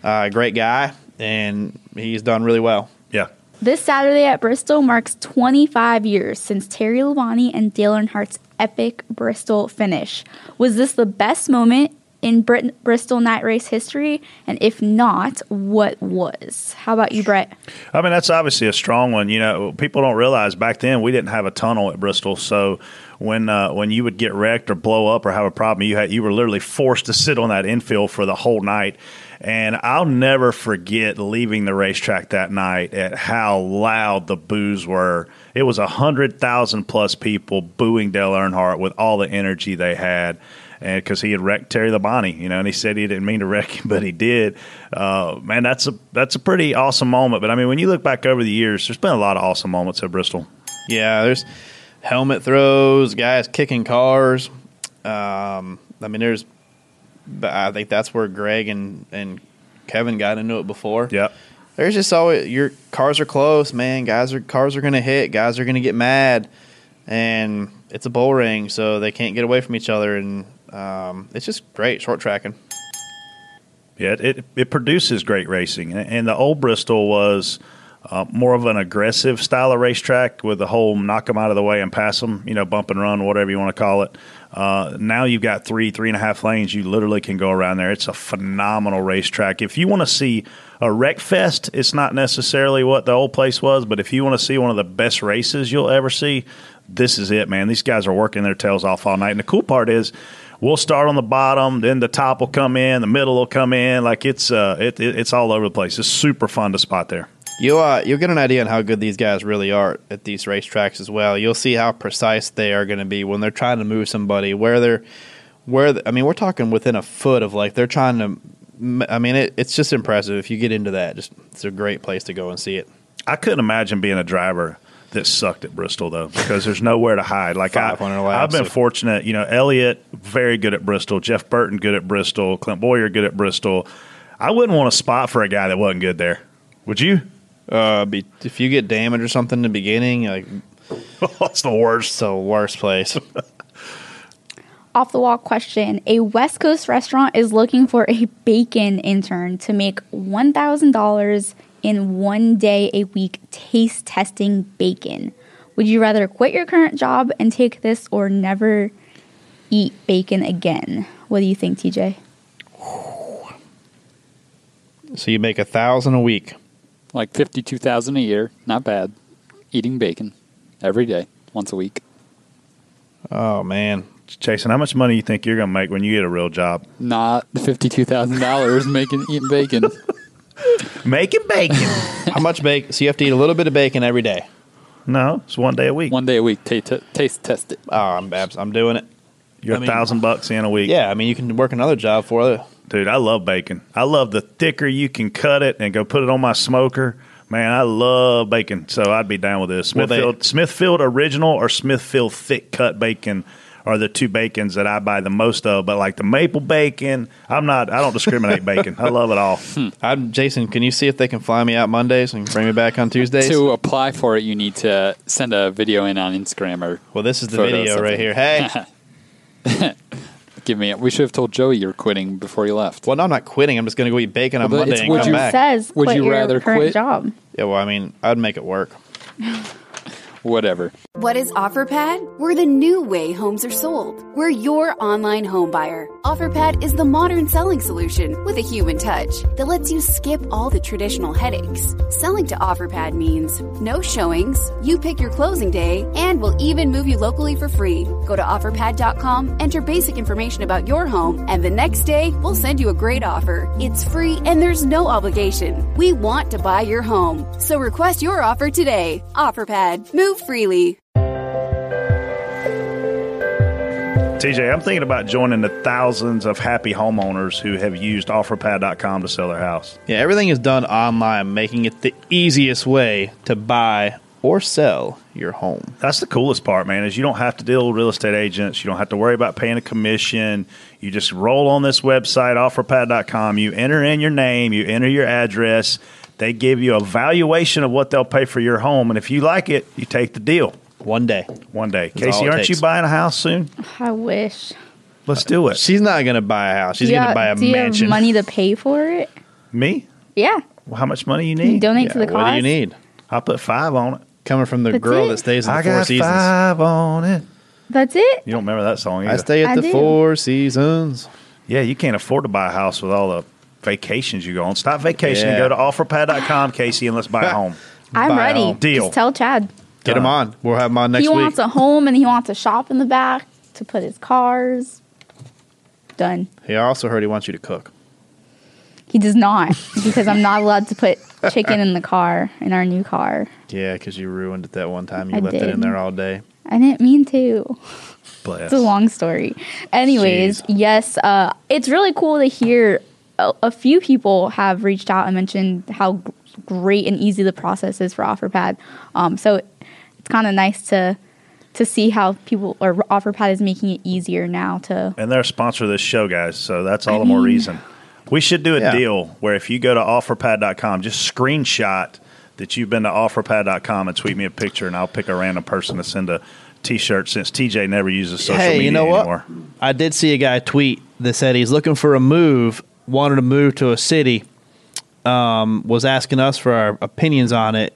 Speaker 2: uh, great guy, and he's done really well.
Speaker 4: yeah.
Speaker 5: This Saturday at Bristol marks 25 years since Terry Labonte and Dale Earnhardt's epic Bristol finish. Was this the best moment in Brit- Bristol night race history? And if not, what was? How about you, Brett?
Speaker 4: I mean, that's obviously a strong one. You know, people don't realize back then we didn't have a tunnel at Bristol, so when uh, when you would get wrecked or blow up or have a problem, you had you were literally forced to sit on that infield for the whole night. And I'll never forget leaving the racetrack that night at how loud the boos were. It was a hundred thousand plus people booing Dale Earnhardt with all the energy they had and because he had wrecked Terry Labonte, you know, and he said he didn't mean to wreck him, but he did. Uh, man, that's a that's a pretty awesome moment. But I mean, when you look back over the years, there's been a lot of awesome moments at Bristol.
Speaker 2: Yeah, there's helmet throws, guys kicking cars. Um, I mean, there's. But I think that's where Greg and and Kevin got into it before.
Speaker 4: Yeah,
Speaker 2: There's just always your cars are close, man. Guys are cars are gonna hit. Guys are gonna get mad, and it's a bull ring, so they can't get away from each other. And um, it's just great short tracking.
Speaker 4: yeah, it it, it produces great racing, and, and the old Bristol was. Uh, more of an aggressive style of racetrack with the whole knock them out of the way and pass them, you know, bump and run, whatever you want to call it. Uh, now you've got three, three and a half lanes. You literally can go around there. It's a phenomenal racetrack. If you want to see a wreck fest, it's not necessarily what the old place was, but if you want to see one of the best races you'll ever see, this is it, man. These guys are working their tails off all night. And the cool part is, we'll start on the bottom, then the top will come in, the middle will come in. Like it's uh, it, it, it's all over the place. It's super fun to spot there.
Speaker 2: You uh, you'll get an idea on how good these guys really are at these racetracks as well. You'll see how precise they are going to be when they're trying to move somebody. Where they're, where the, I mean, we're talking within a foot of like they're trying to. m- I mean, it, it's just impressive if you get into that. Just it's a great place to go and see it.
Speaker 4: I couldn't imagine being a driver that sucked at Bristol though, because there's nowhere to hide. Like I,
Speaker 2: 500 laps.
Speaker 4: I've been fortunate, you know, Elliot very good at Bristol, Jeff Burton good at Bristol, Clint Boyer good at Bristol. I wouldn't want to spot for a guy that wasn't good there. Would you?
Speaker 2: Uh, be, if you get damaged or something in the beginning, like
Speaker 4: That's the worst.
Speaker 2: it's the worst place.
Speaker 5: Off the wall question A West Coast restaurant is looking for a bacon intern to make $1,000 in one day a week taste testing bacon. Would you rather quit your current job and take this or never eat bacon again? What do you think, TJ?
Speaker 2: So you make a thousand a week
Speaker 6: like fifty-two thousand a year. Not bad. Eating bacon every day, once a week.
Speaker 2: Oh man,
Speaker 4: Jason, how much money you think you're going to make when you get a real job?
Speaker 6: Not the fifty-two thousand dollars making eating bacon.
Speaker 4: Making bacon.
Speaker 2: how much bacon? So you have to eat a little bit of bacon every day.
Speaker 4: no, it's one day a week.
Speaker 6: One day a week, ta ta taste test it.
Speaker 2: Oh, I'm abs- I'm doing it.
Speaker 4: you're
Speaker 2: I
Speaker 4: a
Speaker 2: mean-
Speaker 4: thousand bucks in a week.
Speaker 2: Yeah, I mean you can work another job for it.
Speaker 4: Dude, I love bacon. I love the thicker you can cut it and go put it on my smoker. Man, I love bacon, so I'd be down with this.
Speaker 2: Well, they-
Speaker 4: Smithfield, Smithfield original or Smithfield thick cut bacon are the two bacons that I buy the most of. But like the maple bacon, I'm not. I don't discriminate bacon. I love it all.
Speaker 2: I'm Jason. Can you see if they can fly me out Mondays and bring me back on Tuesdays?
Speaker 6: To apply for it, you need to send a video in on Instagram or
Speaker 2: Well, this is the
Speaker 6: Photo
Speaker 2: video right
Speaker 6: something.
Speaker 2: here. Hey,
Speaker 6: give me. A, we should have told Joey you're quitting before you left.
Speaker 2: well, no, I'm not quitting. I'm just going to go eat bacon on
Speaker 6: Well, but
Speaker 2: Monday
Speaker 6: it's
Speaker 2: and
Speaker 6: would
Speaker 2: come
Speaker 6: you-
Speaker 2: back.
Speaker 5: says
Speaker 6: Would
Speaker 5: quit
Speaker 6: you
Speaker 5: your
Speaker 6: rather
Speaker 5: current
Speaker 6: quit?
Speaker 5: job.
Speaker 2: Yeah, well, I mean, I'd make it work.
Speaker 6: Whatever.
Speaker 10: What is OfferPad? We're the new way homes are sold. We're your online home buyer. OfferPad is the modern selling solution with a human touch that lets you skip all the traditional headaches. Selling to OfferPad means no showings, you pick your closing day, and we'll even move you locally for free. Go to OfferPad.com, enter basic information about your home, and the next day we'll send you a great offer. It's free and there's no obligation. We want to buy your home, so request your offer today. OfferPad, move freely.
Speaker 4: TJ, I'm thinking about joining the thousands of happy homeowners who have used OfferPad.com to sell their house.
Speaker 2: Yeah, everything is done online, making it the easiest way to buy or sell your home.
Speaker 4: That's the coolest part, man, is you don't have to deal with real estate agents. You don't have to worry about paying a commission. You just roll on this website, offerpad.com. You enter in your name, you enter your address. They give you a valuation of what they'll pay for your home. And if you like it, you take the deal
Speaker 2: One day.
Speaker 4: one day.
Speaker 2: That's all
Speaker 4: Casey,
Speaker 2: it
Speaker 4: aren't you
Speaker 2: takes.
Speaker 4: buying a house soon?
Speaker 5: I wish.
Speaker 4: Let's do it.
Speaker 2: She's not going to buy a house. She's
Speaker 5: Do you
Speaker 2: going to buy
Speaker 5: have-
Speaker 2: a
Speaker 5: do you
Speaker 2: mansion.
Speaker 5: have money to pay for it?
Speaker 4: Me?
Speaker 5: Yeah,
Speaker 4: Well, how much money you
Speaker 5: you
Speaker 4: need?
Speaker 5: donate
Speaker 2: Yeah,
Speaker 5: to the
Speaker 2: what
Speaker 5: cause.
Speaker 2: do you need?
Speaker 4: I put five on it.
Speaker 2: Coming from the
Speaker 5: That's
Speaker 2: girl
Speaker 5: it.
Speaker 2: that stays at the
Speaker 4: I
Speaker 2: Four
Speaker 4: got
Speaker 2: Seasons.
Speaker 4: five on it.
Speaker 5: That's it.
Speaker 4: You don't remember that song either.
Speaker 2: I stay at
Speaker 5: I
Speaker 2: the
Speaker 5: do.
Speaker 2: Four Seasons.
Speaker 4: Yeah, you can't afford to buy a house with all the vacations you go on. Stop vacationing.
Speaker 2: Yeah.
Speaker 4: Go to offerpad.com, Casey, and let's buy a home.
Speaker 5: I'm
Speaker 2: Buy
Speaker 5: ready.
Speaker 2: home.
Speaker 4: Deal.
Speaker 5: Just tell Chad.
Speaker 2: Get them on. We'll have them on next
Speaker 5: he
Speaker 2: week.
Speaker 5: wants a home and he wants a shop in the back to put his cars. Done.
Speaker 2: He also heard he wants you to cook.
Speaker 5: He does not because I'm not allowed to put chicken in the car in our new car.
Speaker 2: Yeah, because you ruined it that one time. You
Speaker 5: I
Speaker 2: left it in
Speaker 5: did.
Speaker 2: there all day.
Speaker 5: I didn't mean to.
Speaker 4: Bless.
Speaker 5: It's a long story. Anyways,
Speaker 2: Jeez.
Speaker 5: yes, uh, it's really cool to hear a, a few people have reached out and mentioned how g- great and easy the process is for OfferPad. Um, so it's kind of nice to to see how people or OfferPad is making it easier now to.
Speaker 4: and they're a sponsor of this show, guys. So that's all
Speaker 5: I
Speaker 4: the more
Speaker 5: mean-
Speaker 4: reason. We should do a
Speaker 2: Mm. Yeah.
Speaker 4: deal where if you go to offerpad.com, just screenshot that you've been to offerpad.com and tweet me a picture, and I'll pick a random person to send a t shirt since TJ never uses social
Speaker 2: hey,
Speaker 4: media
Speaker 2: you know
Speaker 4: anymore.
Speaker 2: what? I did see a guy tweet that said he's looking for a move, wanted to move to a city, um, was asking us for our opinions on it.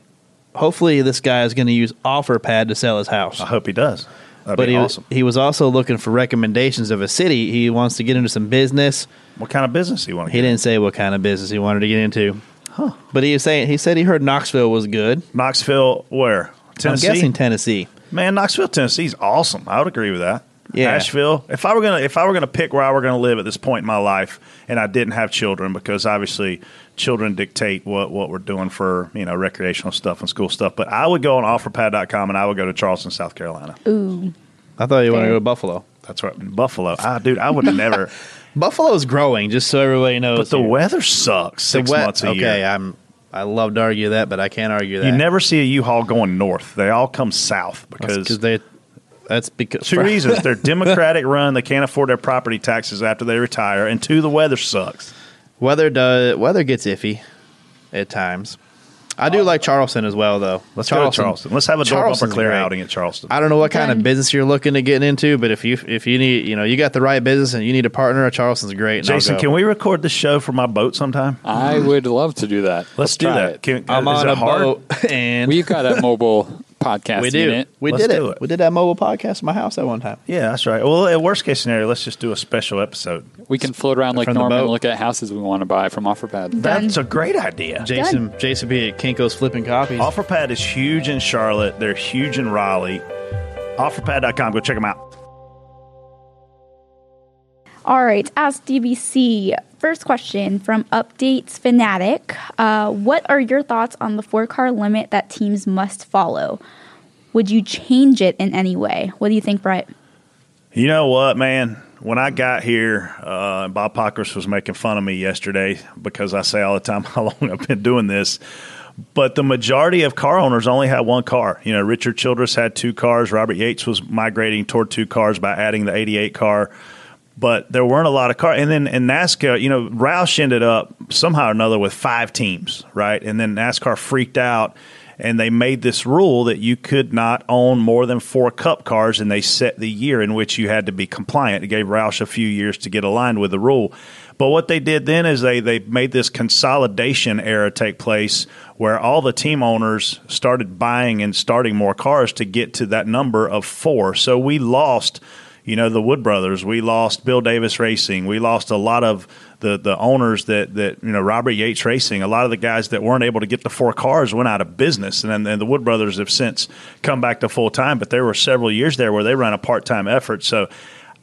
Speaker 2: Hopefully, this guy is going to use OfferPad to sell his house.
Speaker 4: I hope he does. Ah, That'd
Speaker 2: But
Speaker 4: be
Speaker 2: he,
Speaker 4: awesome.
Speaker 2: he was also looking for recommendations of a city. He wants to get into some business.
Speaker 4: What kind of business do you want to
Speaker 2: He
Speaker 4: get?
Speaker 2: didn't say what kind of business he wanted to get into. Huh. But he was saying he said he heard Knoxville was good.
Speaker 4: Knoxville, where? Tennessee?
Speaker 2: I'm guessing Tennessee.
Speaker 4: Man, Knoxville, Tennessee's awesome. I would agree with that.
Speaker 2: Yeah.
Speaker 4: Asheville. If I were gonna if I were gonna pick where I were gonna live at this point in my life and I didn't have children because obviously children dictate what, what we're doing for, you know, recreational stuff and school stuff. But I would go on offerpad.com and I would go to Charleston, South Carolina.
Speaker 5: Ooh,
Speaker 2: I thought you wanted to
Speaker 5: Fair.
Speaker 2: go to Buffalo.
Speaker 4: That's right. Buffalo. I dude, I would never
Speaker 2: Buffalo's growing, just so everybody knows.
Speaker 4: but the
Speaker 2: here.
Speaker 4: weather sucks
Speaker 2: The
Speaker 4: six
Speaker 2: wet-
Speaker 4: months a
Speaker 2: okay,
Speaker 4: year.
Speaker 2: I'm. I love to argue that, but I can't argue that.
Speaker 4: You never see a U Haul going north. They all come south because
Speaker 2: because they. That's because
Speaker 4: Two reasons. They're Democratic run. They can't afford their property taxes after they retire. And two, the weather sucks.
Speaker 2: Weather does weather gets iffy at times. I do like Charleston as well, though.
Speaker 4: Let's go to Charleston. Let's have a door bumper
Speaker 2: Charleston's
Speaker 4: clear
Speaker 2: great.
Speaker 4: outing at Charleston.
Speaker 2: I don't know what kind of
Speaker 5: Done.
Speaker 2: business you're looking to get into, but if you if you need you know you got the right business and you need a partner, Charleston's great. and I'll
Speaker 4: Jason,
Speaker 2: go.
Speaker 4: can we record the show from my boat sometime?
Speaker 6: I would love to do that.
Speaker 4: Let's do
Speaker 6: try
Speaker 4: that.
Speaker 6: it.
Speaker 4: Can,
Speaker 2: I'm
Speaker 4: is
Speaker 2: on
Speaker 4: it
Speaker 2: a
Speaker 4: hard?
Speaker 2: boat and
Speaker 6: We've got a mobile podcast
Speaker 2: we do.
Speaker 6: unit.
Speaker 2: We
Speaker 4: Let's
Speaker 2: did it.
Speaker 4: do it.
Speaker 2: We did that mobile podcast at my house at one time.
Speaker 4: Yeah, that's right. Well, at worst case scenario, let's just do a special episode.
Speaker 6: We can float around like
Speaker 2: From the
Speaker 6: Norman and
Speaker 2: boat.
Speaker 6: look at houses we want to buy from OfferPad.
Speaker 4: That's a great idea.
Speaker 2: Jason, Jason be at Kinko's flipping copies.
Speaker 4: OfferPad is huge in Charlotte. They're huge in Raleigh. OfferPad.com. Go check them out.
Speaker 5: All right, Ask DBC. First question from Updates Fanatic. Uh, what are your thoughts on the four car limit that teams must follow? Would you change it in any way? What do you think, Brett?
Speaker 4: You know what, man? When I got here, uh, Bob Pockers was making fun of me yesterday because I say all the time how long I've been doing this. But the majority of car owners only had one car. You know, Richard Childress had two cars. Robert Yates was migrating toward two cars by adding the 88 car. But there weren't a lot of cars. And then in NASCAR, you know, Roush ended up somehow or another with five teams, right? And then NASCAR freaked out and they made this rule that you could not own more than four cup cars and they set the year in which you had to be compliant it gave roush a few years to get aligned with the rule but what they did then is they, they made this consolidation era take place where all the team owners started buying and starting more cars to get to that number of four so we lost you know the Wood Brothers. We lost Bill Davis Racing. We lost a lot of the the owners that that you know Robert Yates Racing. A lot of the guys that weren't able to get the four cars went out of business, and then and the Wood Brothers have since come back to full time. But there were several years there where they ran a part time effort. So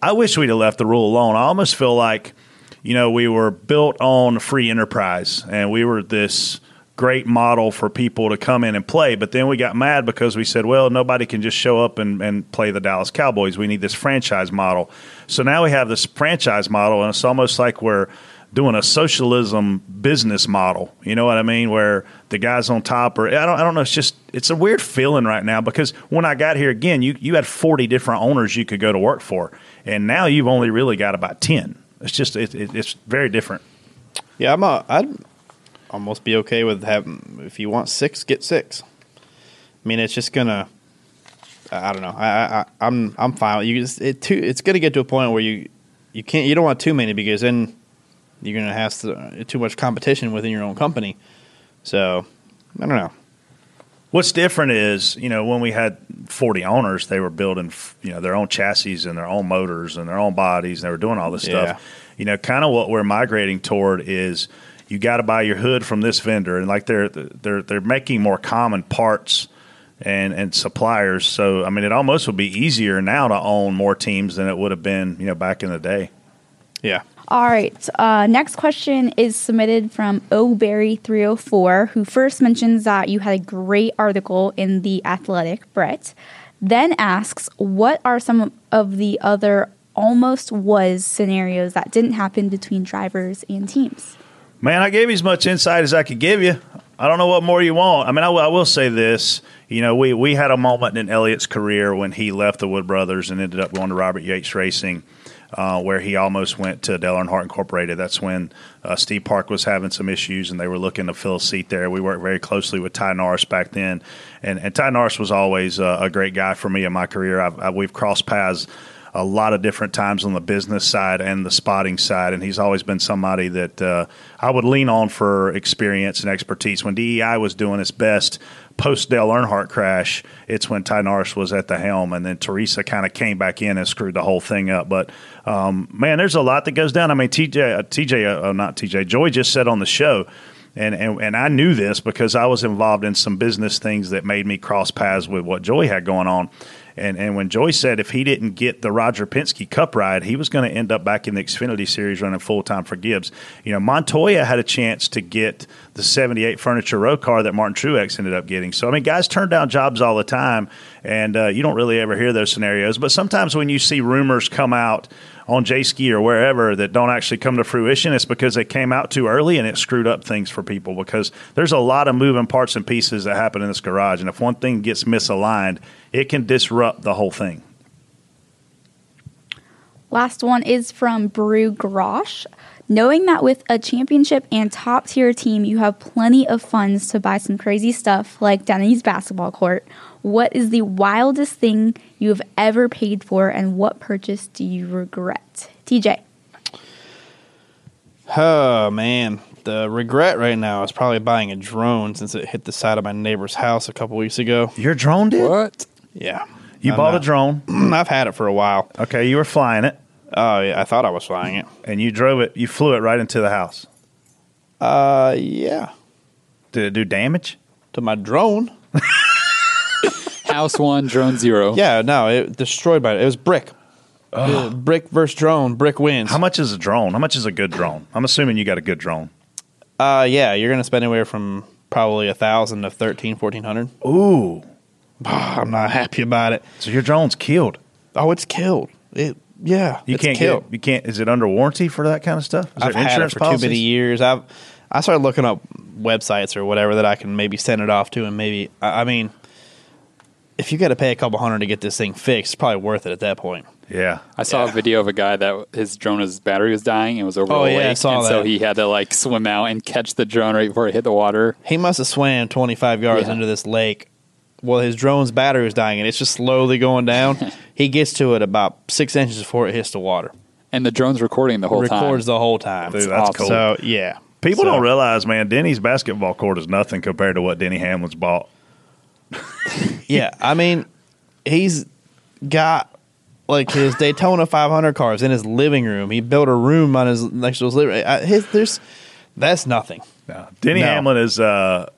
Speaker 4: I wish we'd have left the rule alone. I almost feel like you know, we were built on free enterprise and we were this great model for people to come in and play. But then we got mad because we said, well, nobody can just show up and, and play the Dallas Cowboys. We need this franchise model. So now we have this franchise model, and it's almost like we're doing a socialism business model. You know what I mean? Where the guys on top are I don't I don't know, it's just it's a weird feeling right now because when I got here again, you you had 40 different owners you could go to work for. And now you've only really got about 10. It's just it, it, it's very different.
Speaker 2: Yeah, I'm. A, I'd almost be okay with having. If you want six, get six. I mean, it's just gonna. I I don't know. I, I I- I'm I'm fine. You just it too. It's gonna get to a point where you you can't. You don't want too many because then you're gonna have to, too much competition within your own company. So I don't know.
Speaker 4: What's different is, you know, when we had 40 owners, they were building, f- you know, their own chassis and their own motors and their own bodies, and they were doing all this
Speaker 2: Yeah.
Speaker 4: stuff. You know, kind of what we're migrating toward is you got to buy your hood from this vendor, and like they're they're they're making more common parts and and suppliers. So I mean, it almost would be easier now to own more teams than it would have been, you know, back in the day.
Speaker 2: Yeah.
Speaker 5: All right. Uh, next question is submitted from Oberry304, who first mentions that you had a great article in The Athletic, Brett, then asks, what are some of the other almost was scenarios that didn't happen between drivers and teams?
Speaker 4: Man, I gave you as much insight as I could give you. I don't know what more you want. I mean, I will- I will say this. You know, we, we had a moment in Elliott's career when he left the Wood Brothers and ended up going to Robert Yates Racing, uh, where he almost went to Dell Earnhardt Incorporated. That's when uh, Steve Park was having some issues and they were looking to fill a seat there. We worked very closely with Ty Norris back then. And, and Ty Norris was always uh, a great guy for me in my career. I've, I, we've crossed paths a lot of different times on the business side and the spotting side. And he's always been somebody that uh, I would lean on for experience and expertise. When DEI was doing its best post Dale Earnhardt crash, it's when Ty Norris was at the helm. And then Teresa kind of came back in and screwed the whole thing up. But um, man, there's a lot that goes down. I mean, TJ, uh, TJ, uh, uh, not TJ, Joy just said on the show and, and and I knew this because I was involved in some business things that made me cross paths with what Joy had going on. And and when Joy said if he didn't get the Roger Penske Cup ride, he was going to end up back in the Xfinity Series running full time for Gibbs. You know, Montoya had a chance to get the '78 Furniture Row car that Martin Truex ended up getting. So I mean, guys turn down jobs all the time, and uh, you don't really ever hear those scenarios. But sometimes when you see rumors come out on J Ski or wherever that don't actually come to fruition, it's because they came out too early and it screwed up things for people because there's a lot of moving parts and pieces that happen in this garage. And if one thing gets misaligned, it can disrupt the whole thing.
Speaker 5: Last one is from Brew Grosh. Knowing that with a championship and top tier team, you have plenty of funds to buy some crazy stuff like Denny's basketball court, what is the wildest thing you have ever paid for and what purchase do you regret? TJ.
Speaker 2: Oh man, The regret right now is probably buying a drone since it hit the side of my neighbor's house a couple weeks ago.
Speaker 4: Your drone did?
Speaker 11: What?
Speaker 2: Yeah.
Speaker 4: You
Speaker 2: I
Speaker 4: bought
Speaker 2: know.
Speaker 4: a drone.
Speaker 2: I've had it for a while.
Speaker 4: Okay, you were flying it,
Speaker 2: Oh, yeah. I thought I was flying it.
Speaker 4: and you drove it. You flew it right into the house.
Speaker 2: Uh, yeah.
Speaker 4: Did it do damage?
Speaker 2: To my drone.
Speaker 11: House one, drone zero.
Speaker 2: Yeah, no, it destroyed by it. It was brick. It was Brick versus drone. Brick wins.
Speaker 4: How much is a drone? How much is a good drone? I'm assuming you got a good drone.
Speaker 2: Uh, yeah, you're gonna spend anywhere from probably a thousand to thirteen, fourteen hundred.
Speaker 4: Oh. Ooh,
Speaker 2: I'm not happy about it.
Speaker 4: so your drone's killed.
Speaker 2: Oh, it's killed. It yeah,
Speaker 4: You
Speaker 2: it's
Speaker 4: can't
Speaker 2: killed.
Speaker 4: get. You can't. Is it under warranty for that kind of stuff? Is
Speaker 2: I've
Speaker 4: there
Speaker 2: had it
Speaker 4: insurance
Speaker 2: for
Speaker 4: policies?
Speaker 2: too many years. I've I started looking up websites or whatever that I can maybe send it off to, and maybe I, I mean, if you got to pay a couple hundred to get this thing fixed, it's probably worth it at that point.
Speaker 4: Yeah.
Speaker 6: I saw a video of a guy that his drone, his battery was dying and was over
Speaker 2: Oh,
Speaker 6: a
Speaker 2: yeah, I
Speaker 6: lake,
Speaker 2: saw
Speaker 6: and so
Speaker 2: that.
Speaker 6: he had to like swim out and catch the drone right before it hit the water.
Speaker 2: He must have swam 25 yards
Speaker 6: Yeah.
Speaker 2: into this lake. Well, his drone's battery was dying, and it's just slowly going down. he gets to it about six inches before it hits the water.
Speaker 6: And the drone's recording the whole
Speaker 2: records
Speaker 6: time.
Speaker 2: the whole time.
Speaker 4: Dude, that's
Speaker 6: awesome.
Speaker 4: cool.
Speaker 2: So yeah,
Speaker 4: People
Speaker 2: So-
Speaker 4: don't realize, man. Denny's basketball court is nothing compared to what Denny Hamlin's bought.
Speaker 2: Yeah, I mean, he's got like his Daytona 500 cars in his living room. He built a room on his next to his living. I, his there's that's nothing.
Speaker 4: No. Denny
Speaker 2: No.
Speaker 4: Hamlin is. uh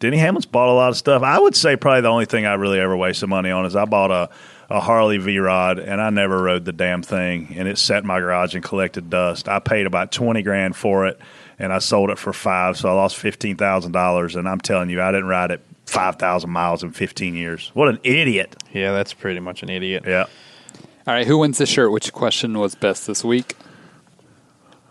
Speaker 4: Denny Hamlin's bought a lot of stuff. I would say probably the only thing I really ever wasted money on is I bought a, a Harley V Rod and I never rode the damn thing and it sat in my garage and collected dust. I paid about twenty grand for it and I sold it for five, so I lost fifteen thousand dollars. And I'm telling you, I didn't ride it five thousand miles in fifteen years. What an idiot!
Speaker 2: Yeah, that's pretty much an idiot.
Speaker 4: Yeah.
Speaker 6: All right, who wins the shirt? Which question was best this week?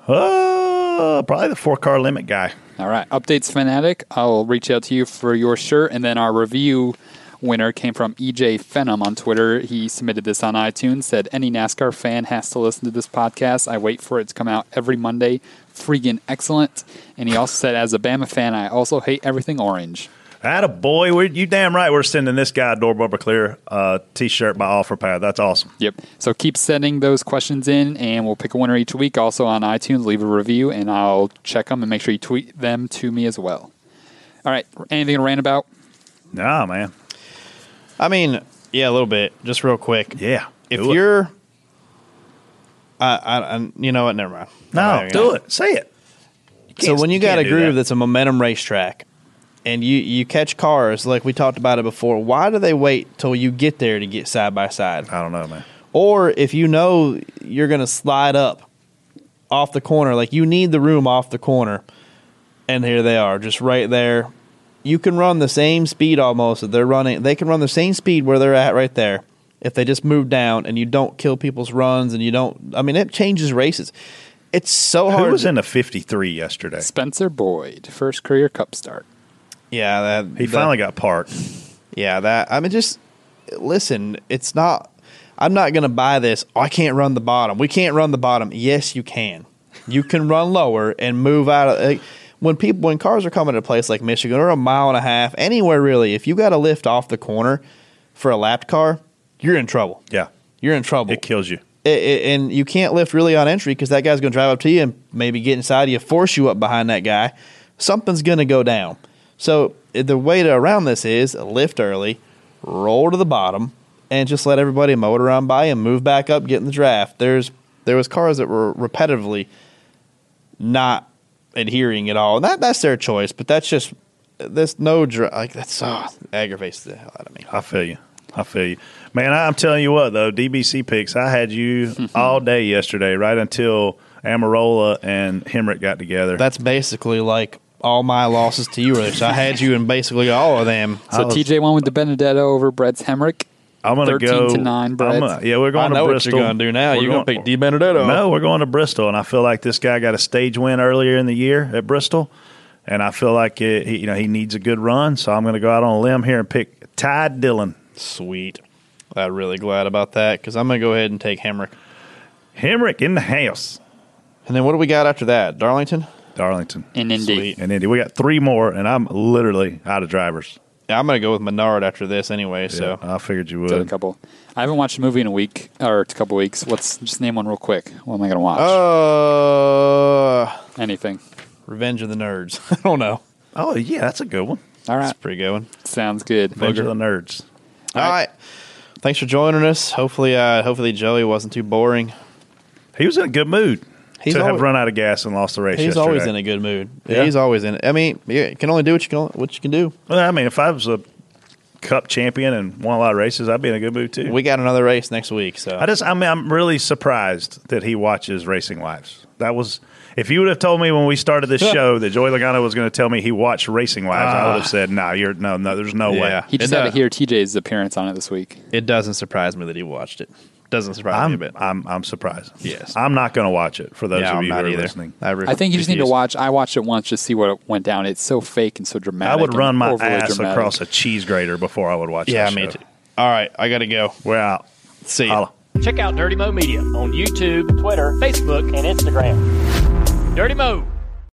Speaker 4: Uh, probably the four car limit guy.
Speaker 6: All right, updates fanatic. I'll reach out to you for your shirt, and then our review winner came from EJ Fenham on Twitter. He submitted this on iTunes. Said any NASCAR fan has to listen to this podcast. I wait for it to come out every Monday. Freaking excellent. And he also said, as a Bama fan, I also hate everything orange.
Speaker 4: Atta boy, we're, you damn right. We're sending this guy a door bumper clear uh, t-shirt by OfferPad. That's awesome.
Speaker 6: Yep. So keep sending those questions in, and we'll pick a winner each week. Also on iTunes, leave a review, and I'll check them and make sure you tweet them to me as well. All right. Anything to rant about?
Speaker 4: Nah, man.
Speaker 2: I mean, yeah, a little bit. Just real quick.
Speaker 4: Yeah.
Speaker 2: If
Speaker 4: do it.
Speaker 2: you're, I, I, I- you know what? Never mind. I'm
Speaker 4: no,
Speaker 2: not even
Speaker 4: do
Speaker 2: gonna-
Speaker 4: it. Say it.
Speaker 2: So
Speaker 4: can't-
Speaker 2: when you
Speaker 4: you
Speaker 2: got a
Speaker 4: can't do
Speaker 2: groove
Speaker 4: that.
Speaker 2: that's a momentum racetrack, and you you catch cars like we talked about it before, why do they wait till you get there to get side by side?
Speaker 4: I don't know, man.
Speaker 2: or if you know you're going to slide up off the corner, like you need the room off the corner, and here they are, just right there. You can run the same speed almost that they're running. They can run the same speed where they're at right there if they just move down and you don't kill people's runs and you don't. I mean, it changes races. It's so hard.
Speaker 4: Who was in a 53 yesterday?
Speaker 6: Spencer Boyd, first career Cup start.
Speaker 2: Yeah, that,
Speaker 4: He
Speaker 2: that-
Speaker 4: finally got parked.
Speaker 2: Yeah, that I mean, just listen. It's not. I'm not going to buy this. "Oh, I can't run the bottom. We can't run the bottom. Yes, you can. You can run lower and move out of. Like, when people when cars are coming to a place like Michigan or a mile and a half, anywhere really, if you got a lift off the corner for a lapped car, you're in trouble.
Speaker 4: Yeah.
Speaker 2: You're in trouble
Speaker 4: It kills you.
Speaker 2: it, it, and you can't lift really on entry because that guy's going to drive up to you and maybe get inside of you, force you up behind that guy. Something's going to go down. So eh, the way to around this is lift early, roll to the bottom, and just let everybody motor on by and move back up, get in the draft. There's there was cars that were repetitively not adhering at all, and that that's their choice. But that's just eh, that's no dr- like that's oh, aggravates the hell out of me.
Speaker 4: I feel you. I feel you. Man, I- I'm telling you what, though, DBC picks, I had you all day yesterday, right until Amarola and Hemrick got together.
Speaker 2: That's basically like all my losses to you were there. So I had you in basically all of them.
Speaker 6: So
Speaker 4: was-
Speaker 6: TJ won with the Benedetto over Brett's Hemrick.
Speaker 4: I'm going
Speaker 6: 13
Speaker 4: go.
Speaker 6: to nine,
Speaker 4: I'm
Speaker 6: Brett.
Speaker 4: gonna- yeah, we're
Speaker 2: I
Speaker 4: going
Speaker 2: know
Speaker 4: to
Speaker 2: what
Speaker 4: Bristol.
Speaker 2: you're going to do now.
Speaker 4: We're
Speaker 2: you're going to
Speaker 4: going-
Speaker 2: pick D Benedetto.
Speaker 4: No, we're going to Bristol, and I feel like this guy got a stage win earlier in the year at Bristol, and I feel like it, he, you know he needs a good run. So I'm going to go out on a limb here and pick Ty Dillon.
Speaker 2: Sweet. I'm really glad about that because I'm going to go ahead and take Hemrick.
Speaker 4: Hemrick in the house,
Speaker 2: And then what do we got after that? Darlington?
Speaker 4: Darlington,
Speaker 6: In Indy.
Speaker 2: Sweet.
Speaker 4: and Indy. We got three more, and I'm literally out of drivers.
Speaker 2: Yeah, I'm going to go with Menard after this anyway. So
Speaker 4: I figured you
Speaker 6: Did a
Speaker 4: would.
Speaker 6: couple. I haven't watched a movie in a week or a couple
Speaker 4: Oh.
Speaker 6: weeks. Let's just name one real quick. What am I going to watch?
Speaker 2: uh,
Speaker 6: Anything.
Speaker 2: Revenge of the Nerds. I don't know.
Speaker 4: Oh yeah, that's a good one.
Speaker 12: All right.
Speaker 2: That's a pretty good one.
Speaker 12: Sounds good.
Speaker 4: Revenge of the Nerds.
Speaker 2: All right. Thanks for joining us. Hopefully, uh, hopefully Joey wasn't too boring.
Speaker 4: He was in a good mood
Speaker 2: He's
Speaker 4: to have
Speaker 2: alwa-
Speaker 4: run out of gas and lost the race.
Speaker 2: He's
Speaker 4: yesterday.
Speaker 2: always in a good mood.
Speaker 4: Yeah.
Speaker 2: He's always in it. I mean, yeah, you can only do what you can what you can do.
Speaker 4: Well, I mean, if I was a cup champion and won a lot of races, I'd be in a good mood too.
Speaker 2: We got another race next week, so
Speaker 4: I just, I mean, I'm really surprised that he watches Racing Wives. That was, if you would have told me when we started this show that Joey Logano was going to tell me he watched Racing Wives, I would have said, "Nah, you're no, no, there's no way."
Speaker 2: Ah. Yeah.
Speaker 12: He just
Speaker 2: It,
Speaker 12: had
Speaker 2: uh,
Speaker 12: to hear TJ's appearance on it this week.
Speaker 2: it doesn't surprise me that he watched it. Doesn't surprise me a
Speaker 4: I'm,
Speaker 2: bit.
Speaker 4: I'm, I'm surprised.
Speaker 2: Yes.
Speaker 4: I'm not going to watch it. For those
Speaker 2: Yeah,
Speaker 4: of
Speaker 2: I'm
Speaker 4: you
Speaker 2: not
Speaker 4: who are
Speaker 2: either.
Speaker 4: listening,
Speaker 2: re-
Speaker 12: I think you just need to
Speaker 2: refuse.
Speaker 12: watch. I watched it once just to see what went down. It's so fake and so dramatic.
Speaker 4: I would
Speaker 12: and
Speaker 4: run my
Speaker 12: overly
Speaker 4: ass
Speaker 12: dramatic.
Speaker 4: across a cheese grater before I would watch.
Speaker 2: Yeah,
Speaker 4: that
Speaker 2: me
Speaker 4: show.
Speaker 2: too. All right, I gotta go.
Speaker 4: We're out.
Speaker 2: See ya.
Speaker 4: Holla.
Speaker 9: Check out Dirty Mo Media on YouTube, Twitter, Facebook, and Instagram. Dirty Mo